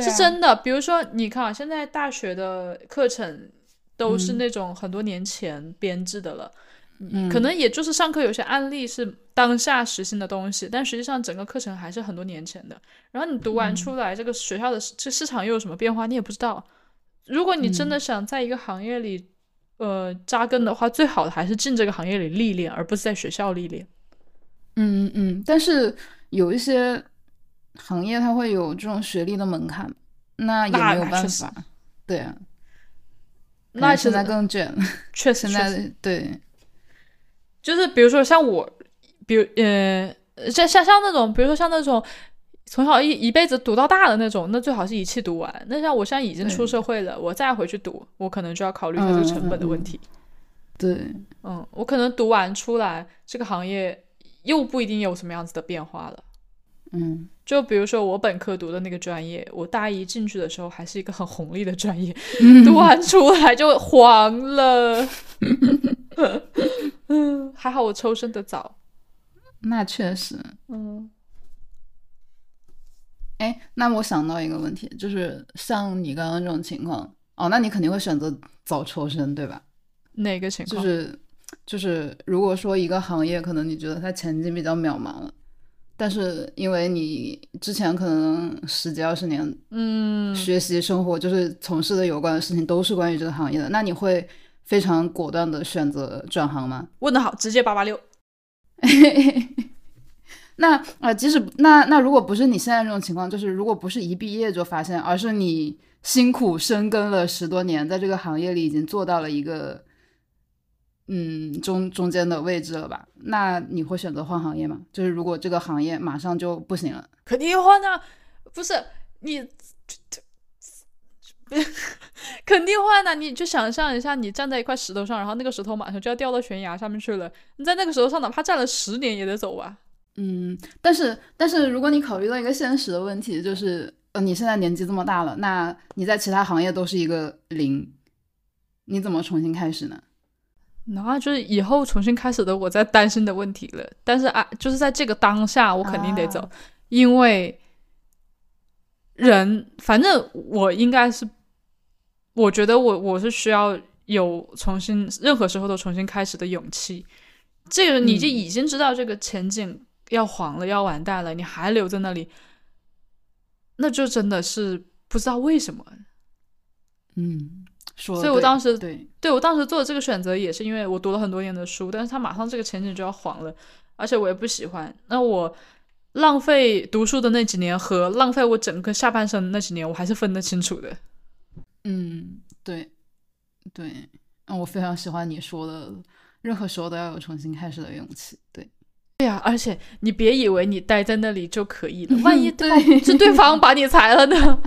S1: 节
S2: 是真的。比如说，你看啊，现在大学的课程都是那种很多年前编制的了，
S1: 嗯
S2: 可能也就是上课有些案例是当下实行的东西，但实际上整个课程还是很多年前的。然后你读完出来，这个学校的市这市场又有什么变化，你也不知道。
S1: 嗯
S2: 如果你真的想在一个行业里，呃，扎根的话，最好的还是进这个行业里历练，而不是在学校历练。
S1: 嗯嗯，但是有一些行业它会有这种学历的门槛，那也
S2: 那
S1: 没有
S2: 那
S1: 办
S2: 确实
S1: 法。对啊，可
S2: 那
S1: 能
S2: 现
S1: 现
S2: 在
S1: 在更卷，
S2: *laughs* 确实，
S1: 现
S2: 确实
S1: 在对，
S2: 就是比如说像我，比如呃，像像像那种，比如说像那种从小一一辈子读到大的那种，那最好是一气读完。那像我现在已经
S1: 对
S2: 出社会了，我再回去读，我可能就要考虑一下这个成本的问题。
S1: 对，
S2: 嗯我可能读完出来，这个行业又不一定有什么样子的变化了。
S1: 嗯
S2: 就比如说我本科读的那个专业，我大一进去的时候还是一个很红利的专业，读完出来就黄 *laughs* 了。嗯，还好我抽身得早。
S1: 那确实。
S2: 嗯，
S1: 哎，那我想到一个问题，就是像你刚刚这种情况，哦，那你肯定会选择早抽身，对吧？
S2: 哪个情
S1: 就
S2: 况？
S1: 是就是，如果说一个行业可能你觉得它前景比较渺茫了，但是因为你之前可能十几二十年
S2: 嗯，
S1: 学习、生活，就是从事的有关的事情都是关于这个行业的，那你会非常果断的选择转行吗？
S2: 问的好，直接八八六。
S1: 那啊、呃即使那那如果不是你现在这种情况，就是如果不是一毕业就发现，而是你辛苦深耕了十多年，在这个行业里已经做到了一个嗯中中间的位置了吧？那你会选择换行业吗？就是如果这个行业马上就不行了，
S2: 肯定换啊，不是你，肯定换呐、你就想象一下，你站在一块石头上，然后那个石头马上就要掉到悬崖上面去了。你在那个石头上，哪怕站了十年也得走啊吧。
S1: 嗯，但是但是如果你考虑到一个现实的问题，就是呃你现在年纪这么大了，那你在其他行业都是一个零，你怎么重新开始呢？
S2: 那就是以后重新开始的我在担心的问题了。但是啊，就是在这个当下，我肯定得走，
S1: 啊
S2: 因为人，反正我应该是，我觉得我我是需要有重新任何时候都重新开始的勇气。这个你就
S1: 嗯
S2: 已经知道这个前景要黄了，要完蛋了，你还留在那里，那就真的是不知道为什么。
S1: 嗯，说得
S2: 所以我
S1: 对
S2: 当时
S1: 对，
S2: 对我当时做这个选择也是因为我读了很多年的书，但是它马上这个前景就要黄了，而且我也不喜欢。那我浪费读书的那几年和浪费我整个下半生的那几年，我还是分得清楚的。
S1: 嗯，对，对，嗯，我非常喜欢你说的，任何时候都要有重新开始的勇气。对，
S2: 对呀、而且你别以为你待在那里就可以了，
S1: *laughs*
S2: 万一对方
S1: 对
S2: 是对方把你裁了呢？ *laughs*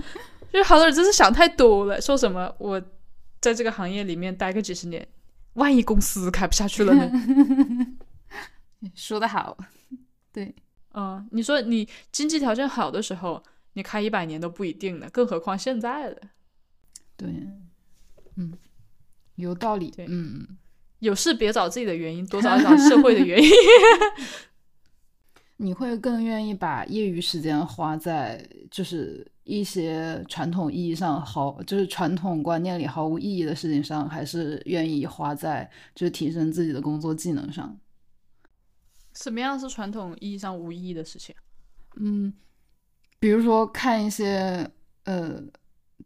S2: 就是好多人真是想太多了，说什么我在这个行业里面待个几十年，万一公司开不下去了呢？ *laughs*
S1: *laughs* 说得好。对，
S2: 嗯，你说你经济条件好的时候，你开一百年都不一定呢，更何况现在了。
S1: 对，嗯，有道理。
S2: 对
S1: 嗯嗯，
S2: 有事别找自己的原因，多找一找社会的原因。
S1: 你会更愿意把业余时间花在就是一些传统意义上毫，就是传统观念里毫无意义的事情上，还是愿意花在就是提升自己的工作技能上？
S2: 什么样是传统意义上无意义的事情？
S1: 嗯，比如说看一些呃，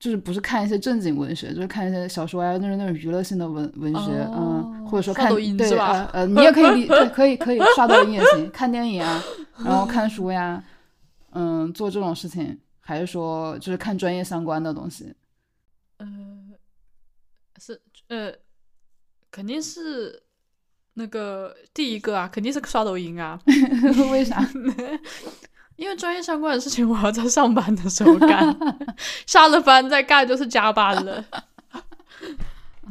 S1: 就是不是看一些正经文学，就是看一些小说啊，就是那种娱乐性的文文学，嗯，或者说
S2: 哦刷
S1: 看
S2: 抖音
S1: 对
S2: 是吧
S1: 呃呃，你也可以
S2: *laughs*
S1: 理对，可以可以刷抖音也行，看电影啊，然后看书呀，嗯，做这种事情，还是说就是看专业相关的东西， *laughs*
S2: 呃，是呃，肯定是那个第一个啊，肯定是刷抖音啊，
S1: 为啥？
S2: 因为专业相关的事情我要在上班的时候干，下了班再干就是加班了。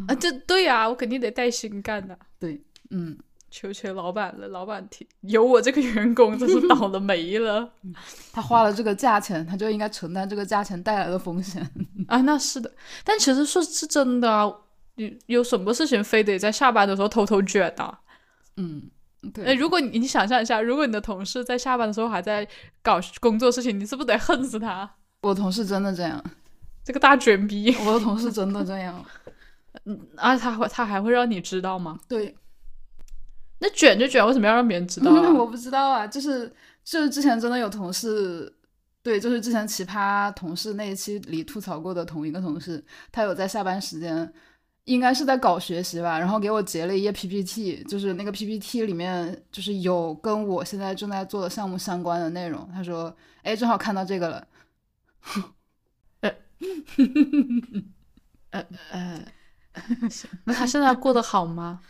S2: 啊，这对呀、我肯定得带薪干的、
S1: 对，嗯，
S2: 求求老板了，老板提有我这个员工真是倒了霉了
S1: 他花了这个价钱，他就应该承担这个价钱带来的风险。
S2: 啊！那是的，但其实说是真的啊，有有什么事情非得在下班的时候偷偷卷啊？
S1: 嗯，
S2: 哎，
S1: 对，
S2: 如果你你想象一下，如果你的同事在下班的时候还在搞工作事情，你是不是得恨死他？
S1: 我同事真的这样，
S2: 这个大卷逼，
S1: 我的同事真的这样，
S2: 而且他会他还会让你知道吗？
S1: 对，
S2: 那卷就卷，为什么要让别人知道、
S1: 嗯 *laughs*
S2: 啊？
S1: 我不知道啊，就是就是之前真的有同事，对，就是之前奇葩同事那一期里吐槽过的同一个同事，他有在下班时间，应该是在搞学习吧，然后给我截了一页 PPT，就是那个 PPT 里面就是有跟我现在正在做的项目相关的内容，他说，哎，正好看到这个了， *laughs*
S2: 呃，那他现在过得好吗？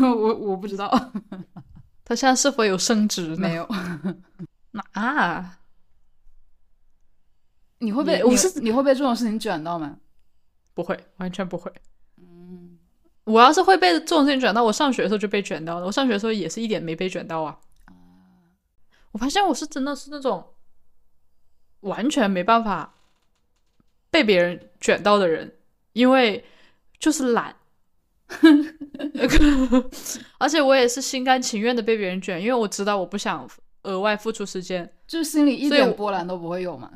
S1: 我我不知道，
S2: 他现在是否有升
S1: *laughs*
S2: 职呢？
S1: 没
S2: *laughs*
S1: 有，
S2: 啊，
S1: 你会被
S2: 你我
S1: 你
S2: 是
S1: 你会被这种事情卷到吗？
S2: 不会，完全不会。
S1: 嗯，
S2: 我要是会被这种事情卷到，我上学的时候就被卷到了。我上学的时候也是一点没被卷到啊。我发现我是真的是那种完全没办法被别人卷到的人，因为就是懒。 *laughs* 而且我也是心甘情愿的被别人卷，因为我知道我不想额外付出时间。
S1: 就是心里一
S2: 所以
S1: 点
S2: 我
S1: 波澜都不会有嘛，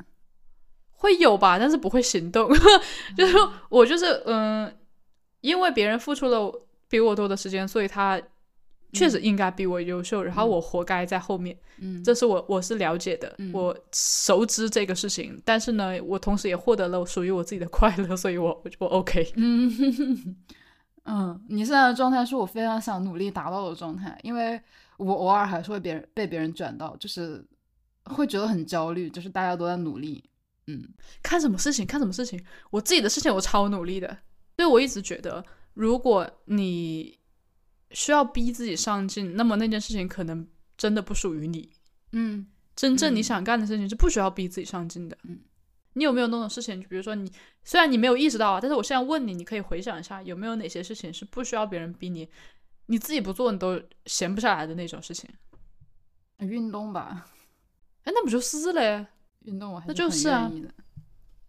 S2: 会有吧，但是不会行动。 *laughs* 就是我就是嗯、因为别人付出了比我多的时间，所以他确实应该比我优秀，然后我活该在后面。
S1: 嗯，
S2: 这是我我是了解的，
S1: 嗯
S2: 我熟知这个事情，但是呢，我同时也获得了属于我自己的快乐，所以我我我 OK。
S1: *laughs* 嗯，嗯，你现在的状态是我非常想努力达到的状态，因为我偶尔还是会别人被别人卷到，就是会觉得很焦虑，就是大家都在努力，嗯
S2: 看什么事情，看什么事情，我自己的事情我超努力的，所以我一直觉得，如果你需要逼自己上进，那么那件事情可能真的不属于你。
S1: 嗯
S2: 真正你
S1: 嗯
S2: 想干的事情是不需要逼自己上进的。
S1: 嗯，
S2: 你有没有那种事情？就比如说你虽然你没有意识到啊，但是我现在问你，你可以回想一下，有没有哪些事情是不需要别人逼你，你自己不做你都闲不下来的那种事情？
S1: 呃运动吧，
S2: 哎，那不就是嘞？
S1: 运动我还
S2: 那
S1: 是
S2: 就
S1: 很
S2: 是啊
S1: 愿意的，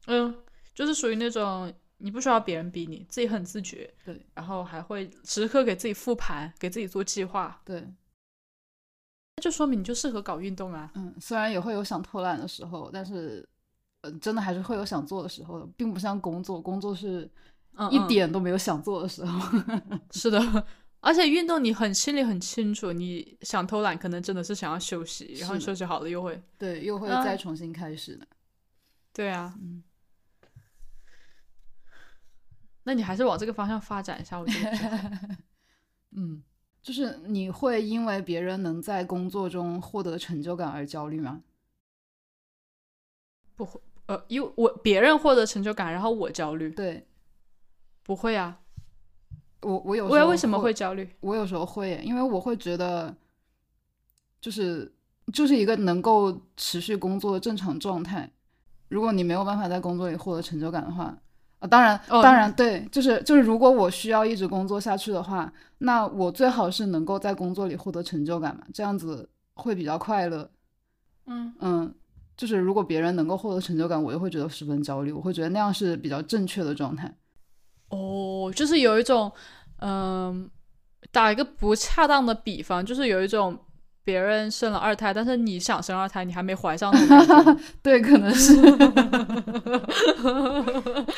S2: 嗯，就是属于那种你不需要别人逼你，自己很自觉。
S1: 对，
S2: 然后还会时刻给自己复盘，给自己做计划，
S1: 对，
S2: 那就说明你就适合搞运动啊。
S1: 嗯，虽然也会有想偷懒的时候，但是。呃，真的还是会有想做的时候的，并不像工作，工作是
S2: 嗯，
S1: 一
S2: 嗯
S1: 点都没有想做的时候。 *laughs*
S2: 是的，而且运动你很心里很清楚，你想偷懒可能真的是想要休息，然后
S1: 是的
S2: 你休息好了又会，
S1: 对，又会
S2: 嗯
S1: 再重新开始的。
S2: 对啊，
S1: 嗯，
S2: 那你还是往这个方向发展一下，
S1: *laughs*
S2: 我觉得比较好。
S1: 嗯，就是你会因为别人能在工作中获得成就感而焦虑吗？
S2: 呃，因为我别人获得成就感，然后我焦虑，
S1: 对
S2: 不会啊，
S1: 我，我有时
S2: 我
S1: 候
S2: 为什么会？焦虑？
S1: 我有时候会耶，因为我会觉得，就是就是一个能够持续工作的正常状态。如果你没有办法在工作里获得成就感的话，啊，当然，
S2: 哦
S1: 当然，对，就是就是，如果我需要一直工作下去的话，那我最好是能够在工作里获得成就感嘛，这样子会比较快乐。
S2: 嗯，
S1: 嗯，就是如果别人能够获得成就感，我就会觉得十分焦虑，我会觉得那样是比较正确的状态。
S2: 哦，就是有一种，嗯、打一个不恰当的比方，就是有一种别人生了二胎，但是你想生二胎，你还没怀上那种 *laughs* 感觉。
S1: 对，可能是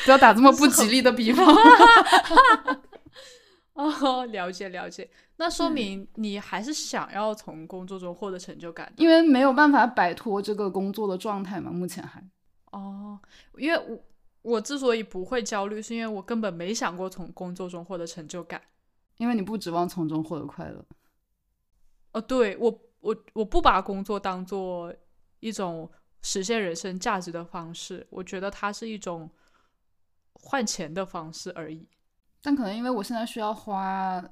S1: 不要打这么不吉利的比
S2: *laughs*
S1: 方。
S2: 哦，了解了解，那
S1: 嗯
S2: 说明你还是想要从工作中获得成就感的。
S1: 因为没有办法摆脱这个工作的状态嘛，目前还
S2: 哦，因为我我之所以不会焦虑，是因为我根本没想过从工作中获得成就感。
S1: 因为你不指望从中获得快乐。
S2: 哦，对我我我不把工作当做一种实现人生价值的方式，我觉得它是一种换钱的方式而已。
S1: 但可能因为我现在需要花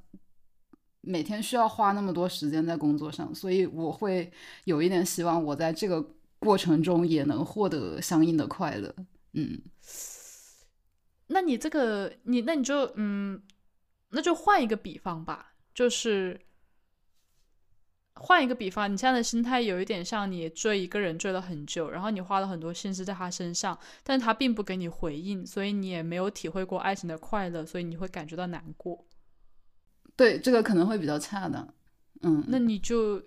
S1: 每天需要花那么多时间在工作上，所以我会有一点希望我在这个过程中也能获得相应的快乐。嗯，
S2: 那你这个，你那你就嗯，那就换一个比方吧，就是换一个比方，你现在的心态有一点像你追一个人追了很久，然后你花了很多心思在他身上，但是他并不给你回应，所以你也没有体会过爱情的快乐，所以你会感觉到难过。
S1: 对，这个可能会比较恰当。嗯，
S2: 那你就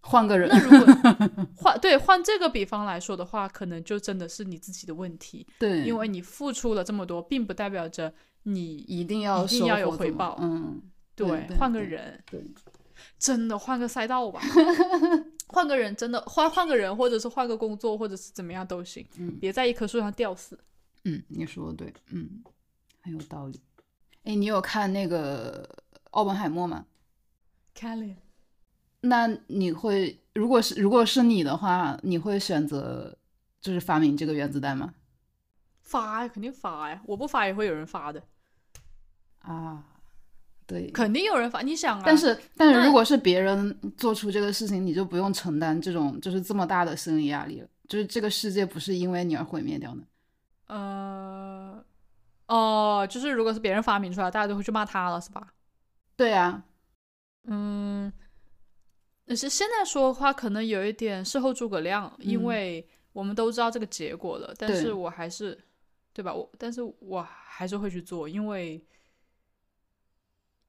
S1: 换个人
S2: 那，如
S1: *laughs*
S2: 果换对换这个比方来说的话，可能就真的是你自己的问题，
S1: 对，
S2: 因为你付出了这么多，并不代表着你
S1: 一定要
S2: 一定要
S1: 收
S2: 有
S1: 获
S2: 回
S1: 怎么
S2: 报
S1: 嗯，对对
S2: 换个
S1: 对
S2: 人，
S1: 对，
S2: 真的换个赛
S1: *laughs*
S2: 道吧，换个人真的换换个人，或者是换个工作，或者是怎么样都行，
S1: 嗯
S2: 别在一棵树上吊死。
S1: 嗯，你说的对，嗯，很有道理。哎，你有看那个《奥本海默》吗？
S2: 凯莉，
S1: 那你会，如果是如果是你的话，你会选择就是发明这个原子弹吗？
S2: 发呀，肯定发呀，我不发也会有人发的，
S1: 嗯啊，对。
S2: 肯定有人发。你想啊，
S1: 但是，但是，
S2: 那
S1: 如果是别人做出这个事情，你就不用承担这种就是这么大的心理压力了。就是这个世界不是因为你而毁灭掉的。
S2: 呃，哦，就是如果是别人发明出来，大家都会去骂他了，是吧？
S1: 对啊，
S2: 嗯，但是现在说的话，可能有一点事后诸葛亮，
S1: 嗯
S2: 因为我们都知道这个结果了，但
S1: 对
S2: 是我还是，对吧？我但是我还是会去做，因为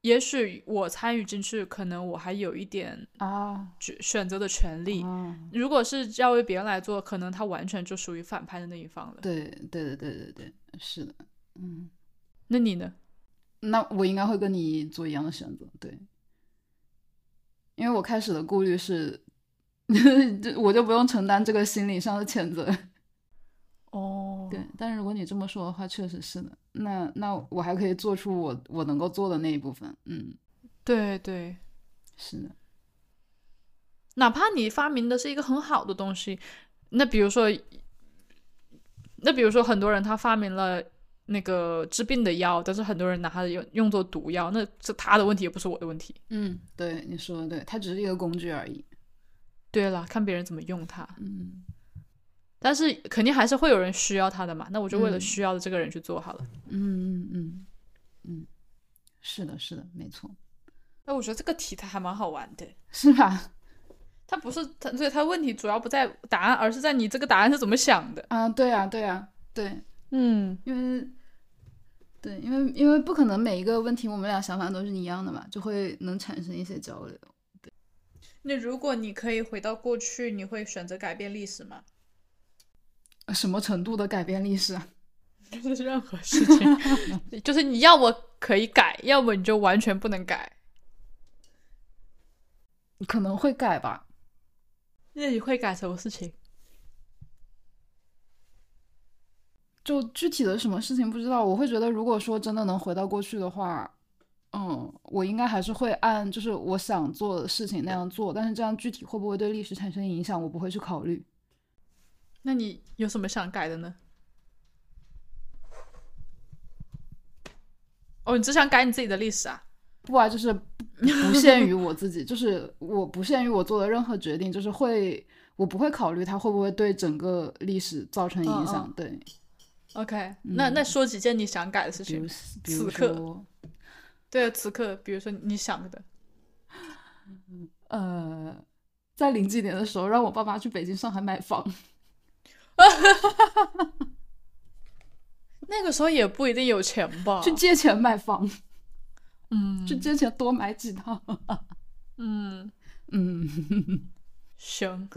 S2: 也许我参与进去，可能我还有一点
S1: 啊，
S2: 决选择的权利。
S1: 啊
S2: 如果是要为别人来做，可能他完全就属于反派的那一方了。
S1: 对对对对对对，是的，嗯，
S2: 那你呢？
S1: 那我应该会跟你做一样的选择，对，因为我开始的顾虑是， *laughs* 就我就不用承担这个心理上的谴责，
S2: 哦，
S1: 对。但是如果你这么说的话，确实是的，那那我还可以做出我我能够做的那一部分，嗯，
S2: 对对，
S1: 是的，
S2: 哪怕你发明的是一个很好的东西，那比如说，那比如说很多人他发明了那个治病的药，但是很多人拿它用用作毒药，那是他的问题，也不是我的问题。
S1: 嗯，对，你说的对，它只是一个工具而已，
S2: 对了，看别人怎么用它，
S1: 嗯，
S2: 但是肯定还是会有人需要它的嘛。那我就为了
S1: 嗯
S2: 需要的这个人去做好了。
S1: 嗯嗯嗯嗯，是的，是的，没错，
S2: 那哎我觉得这个题它还蛮好玩的。
S1: 是吧？
S2: 它不是它，所以它问题主要不在答案，而是在你这个答案是怎么想的。
S1: 啊，对啊，对啊，对，
S2: 嗯，
S1: 因为，对，因为因为不可能每一个问题我们俩想法都是一样的嘛，就会能产生一些交流。
S2: 那如果你可以回到过去，你会选择改变历史吗？
S1: 什么程度的改变历史啊？
S2: 就是任何事情， *laughs* 就是你要么可以改，要么你就完全不能改。
S1: 可能会改吧。
S2: 那你会改什么事情？
S1: 就具体的什么事情不知道，我会觉得如果说真的能回到过去的话，嗯，我应该还是会按就是我想做的事情那样做，但是这样具体会不会对历史产生影响，我不会去考虑。
S2: 那你有什么想改的呢？哦，你只想改你自己的历史啊？
S1: 不啊，就是不不限于我自己， *laughs* 就是我不限于我做的任何决定，就是会我不会考虑它会不会对整个历史造成影响。
S2: 嗯
S1: 对，
S2: OK，、那那说几件你想改的事
S1: 比如
S2: 情。
S1: 比如
S2: 此刻
S1: 说，
S2: 对，此刻，比如说你想的，
S1: 呃，在零几年的时候，让我爸妈去北京、上海买房。
S2: 那个时候也不一定有钱
S1: *laughs*
S2: 吧？
S1: 去借钱买房，
S2: 哦
S1: *laughs*
S2: 嗯
S1: 去借钱多买几套。
S2: *laughs*
S1: *laughs*
S2: 嗯，
S1: 嗯，
S2: 行，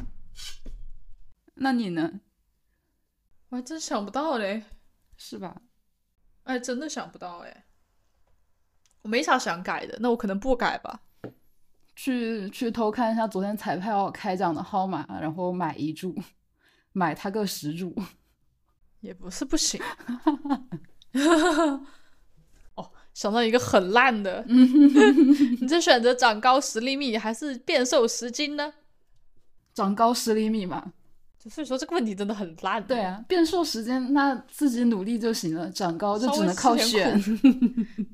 S1: 那你呢？
S2: 我还真想不到嘞，
S1: 是吧？
S2: 哎，真的想不到哎，我没啥想改的，那我可能不改吧。
S1: 去去偷看一下昨天彩票开奖的号码，然后买一注，买它个十注。
S2: 也不是不行。 *laughs* 哦，想到一个很烂的， *laughs* 你这选择长高十厘米还是变瘦十斤呢？
S1: 长高十厘米嘛，
S2: 所以说这个问题真的很烂。欸
S1: 对，啊，变瘦时间那自己努力就行了，长高就
S2: 稍
S1: 只
S2: 微
S1: 能靠
S2: 吃点
S1: 选
S2: 苦。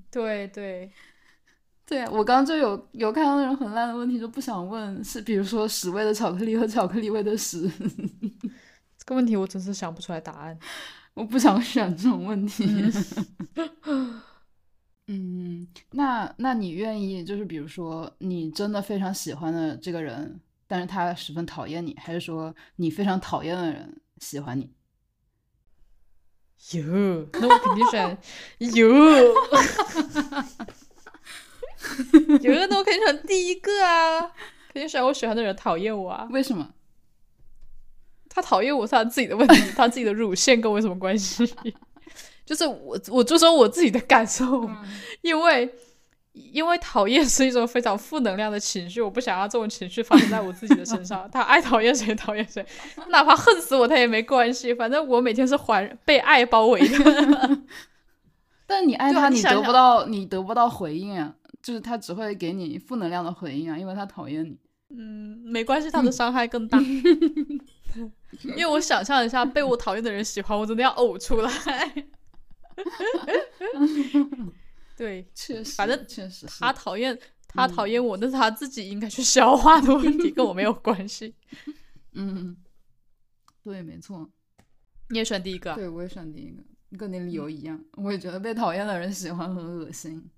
S2: *laughs* 对对，
S1: *laughs* 对啊，我刚刚就有有看到那种很烂的问题，就不想问，是比如说屎味的巧克力和巧克力味的屎， *laughs*
S2: 这个问题我真是想不出来答案。
S1: 我不想选这种问题。 *laughs* 嗯，那那你愿意就是比如说你真的非常喜欢的这个人，但是他十分讨厌你，还是说你非常讨厌的人喜欢你？
S2: 有，
S1: *laughs*
S2: 那我肯定选有。 *laughs* 有一个人我肯定选第一个啊，肯定选我喜欢的人讨厌我啊。
S1: 为什么？
S2: 他讨厌我是他自己的问题，他自己的乳腺跟我有什么关系？ *laughs* 就是我，我就说我自己的感受， *laughs* 因为因为讨厌是一种非常负能量的情绪，我不想要这种情绪发生在我自己的身上。他爱讨厌谁讨厌谁，哪怕恨死我他也没关系，反正我每天是环被爱包围的。 *laughs*
S1: 但你爱
S2: 对啊
S1: 他，
S2: 你
S1: 你
S2: 想
S1: 得
S2: 想
S1: 不到，你得不到回应啊，就是他只会给你负能量的回应啊，因为他讨厌你。
S2: 嗯，没关系，他的伤害更大。因为我想象一下，被我讨厌的人喜欢我，真的要呕出来。 *laughs* 对
S1: 确实，
S2: 反正
S1: 确实是
S2: 他讨厌他讨厌我，那、是他自己应该去消化的问题，跟我没 *laughs* 有关系。
S1: 嗯，对，没错，
S2: 你也选第一个啊，
S1: 对我也选第一个，跟你理由一样，我也觉得被讨厌的人喜欢很恶心。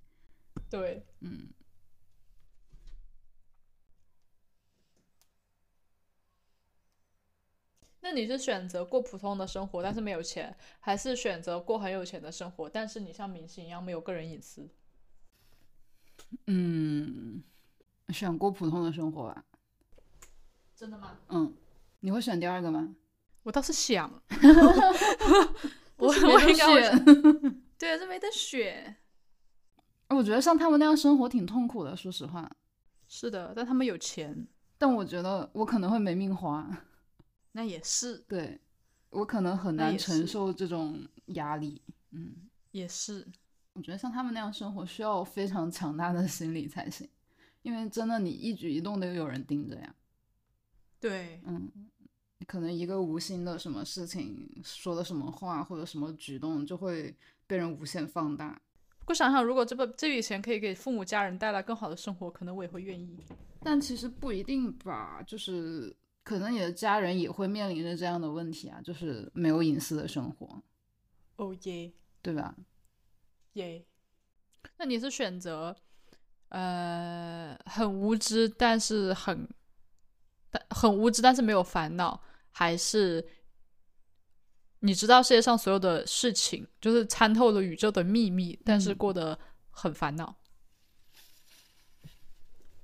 S2: 对，
S1: 嗯，
S2: 那你是选择过普通的生活，但是没有钱，还是选择过很有钱的生活，但是你像明星一样没有个人隐私？
S1: 嗯，选过普通的生活吧。
S2: 真的吗？
S1: 嗯，你会选第二个吗？
S2: 我倒是 *laughs* 想，我
S1: 没
S2: 我
S1: 得
S2: 应该会
S1: 选
S2: *laughs* 对，这没得选。
S1: 我觉得像他们那样生活挺痛苦的，说实话。
S2: 是的，但他们有钱，
S1: 但我觉得我可能会没命花，
S2: 那也是
S1: 对我可能很
S2: 那
S1: 难
S2: 也
S1: 承
S2: 是
S1: 受这种压力。嗯，
S2: 也是，
S1: 我觉得像他们那样生活需要非常强大的心理才行，因为真的你一举一动都有人盯着呀。
S2: 对，
S1: 嗯，可能一个无心的什么事情，说的什么话或者什么举动，就会被人无限放大。
S2: 不过想想，如果这个这笔钱可以给父母家人带来更好的生活，可能我也会愿意。
S1: 但其实不一定吧，就是可能你的家人也会面临着这样的问题啊，就是没有隐私的生活，
S2: 哦耶
S1: 对吧？
S2: 耶！那你是选择，呃，很无知，但是很，但很无知，但是没有烦恼，还是你知道世界上所有的事情，就是参透了宇宙的秘密，但是
S1: 嗯
S2: 过得很烦恼？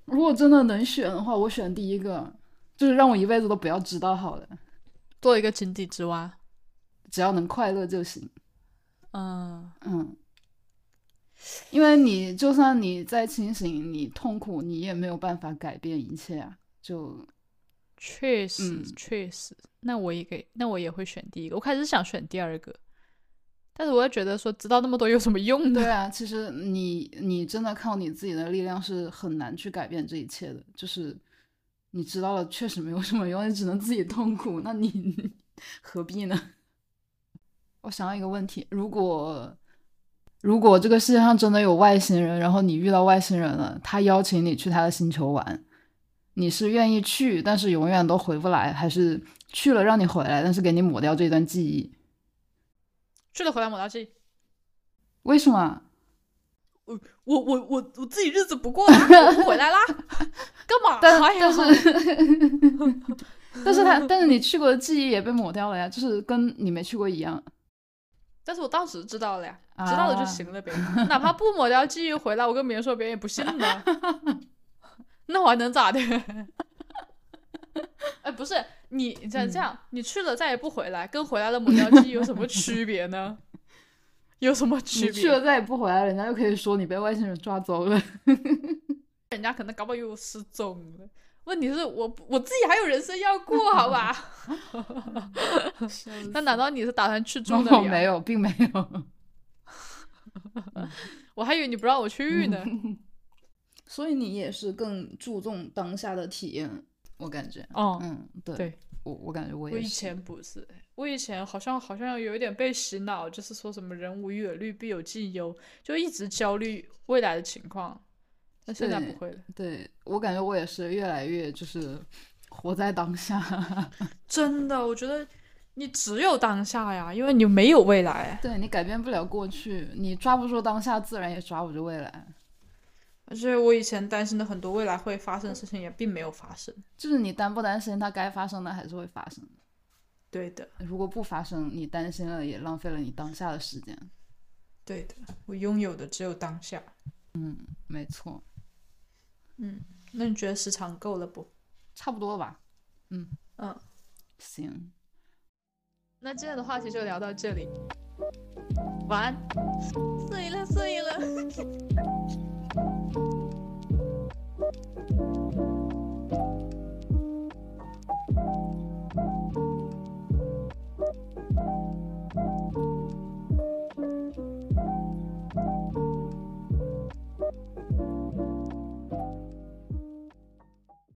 S1: 如果真的能选的话，我选第一个，就是让我一辈子都不要知道好了，
S2: 做一个井底之蛙。
S1: 只要能快乐就行。
S2: 嗯，
S1: 嗯，因为你就算你再清醒，你痛苦，你也没有办法改变一切啊。就
S2: 确实，
S1: 嗯
S2: 确实，那我也给，那我也会选第一个。我开始想选第二个，但是我又觉得说知道那么多有什么用
S1: *laughs*
S2: 呢？
S1: 对啊，其实你你真的靠你自己的力量是很难去改变这一切的，就是你知道了确实没有什么用，你只能自己痛苦，那你 *laughs* 何必呢？我想到一个问题，如果如果这个世界上真的有外星人，然后你遇到外星人了，他邀请你去他的星球玩，你是愿意去，但是永远都回不来，还是去了让你回来，但是给你抹掉这段记忆？
S2: 去了回来抹大剂，
S1: 为什么？
S2: 我我我我自己日子不过了，我不回来啦， *laughs* 干嘛
S1: 但
S2: 呀？
S1: 但是， *laughs* 但是他但是你去过的记忆也被抹掉了呀，就是跟你没去过一样。
S2: 但是我当时知道了呀，
S1: 啊
S2: 知道了就行了呗， *laughs* 哪怕不抹掉记忆回来，我跟别人说，别人也不信
S1: *laughs*
S2: 呢。那我还能咋的？哎，不是你，你
S1: 嗯
S2: 这样这样，你去了再也不回来，跟回来了抹掉记忆有什么区
S1: *laughs*
S2: 别呢？有什么区
S1: 你去
S2: 别？
S1: 了再也不回来，人家就可以说你被外星人抓走
S2: *laughs*
S1: 了。
S2: 人家可能搞不好又失踪了。问题是我我自己还有人生要过，
S1: *laughs*
S2: 好吧？那难道你是打算去住那
S1: 我
S2: 里、
S1: 哦
S2: 啊？
S1: 没有，并没有。
S2: 我还以为你不让我去呢。
S1: *laughs* 嗯所以你也是更注重当下的体验，我感觉。
S2: 哦、
S1: 嗯，对，
S2: 对
S1: 我我感觉我
S2: 我
S1: 也
S2: 以
S1: 是。
S2: 前不是，我以前好像好像有一点被洗脑，就是说什么“人无远虑，必有近忧”，就一直焦虑未来的情况。但现在
S1: 对
S2: 不会了，
S1: 对我感觉我也是越来越就是活在当下。 *laughs*
S2: 真的，我觉得你只有当下呀，因为你没有未来，
S1: 对你改变不了过去，你抓不住当下，自然也抓不住未来。
S2: 而且我以前担心的很多未来会发生的事情也并没有发生。
S1: 就是你担不担心它该发生的还是会发生。
S2: 对的，
S1: 如果不发生，你担心了也浪费了你当下的时间。
S2: 对的，我拥有的只有当下。
S1: 没错，
S2: 那你觉得时长够了不？
S1: 差不多吧。嗯
S2: 嗯，
S1: 行，
S2: 那今天的话题就聊到这里，晚安，睡了睡了。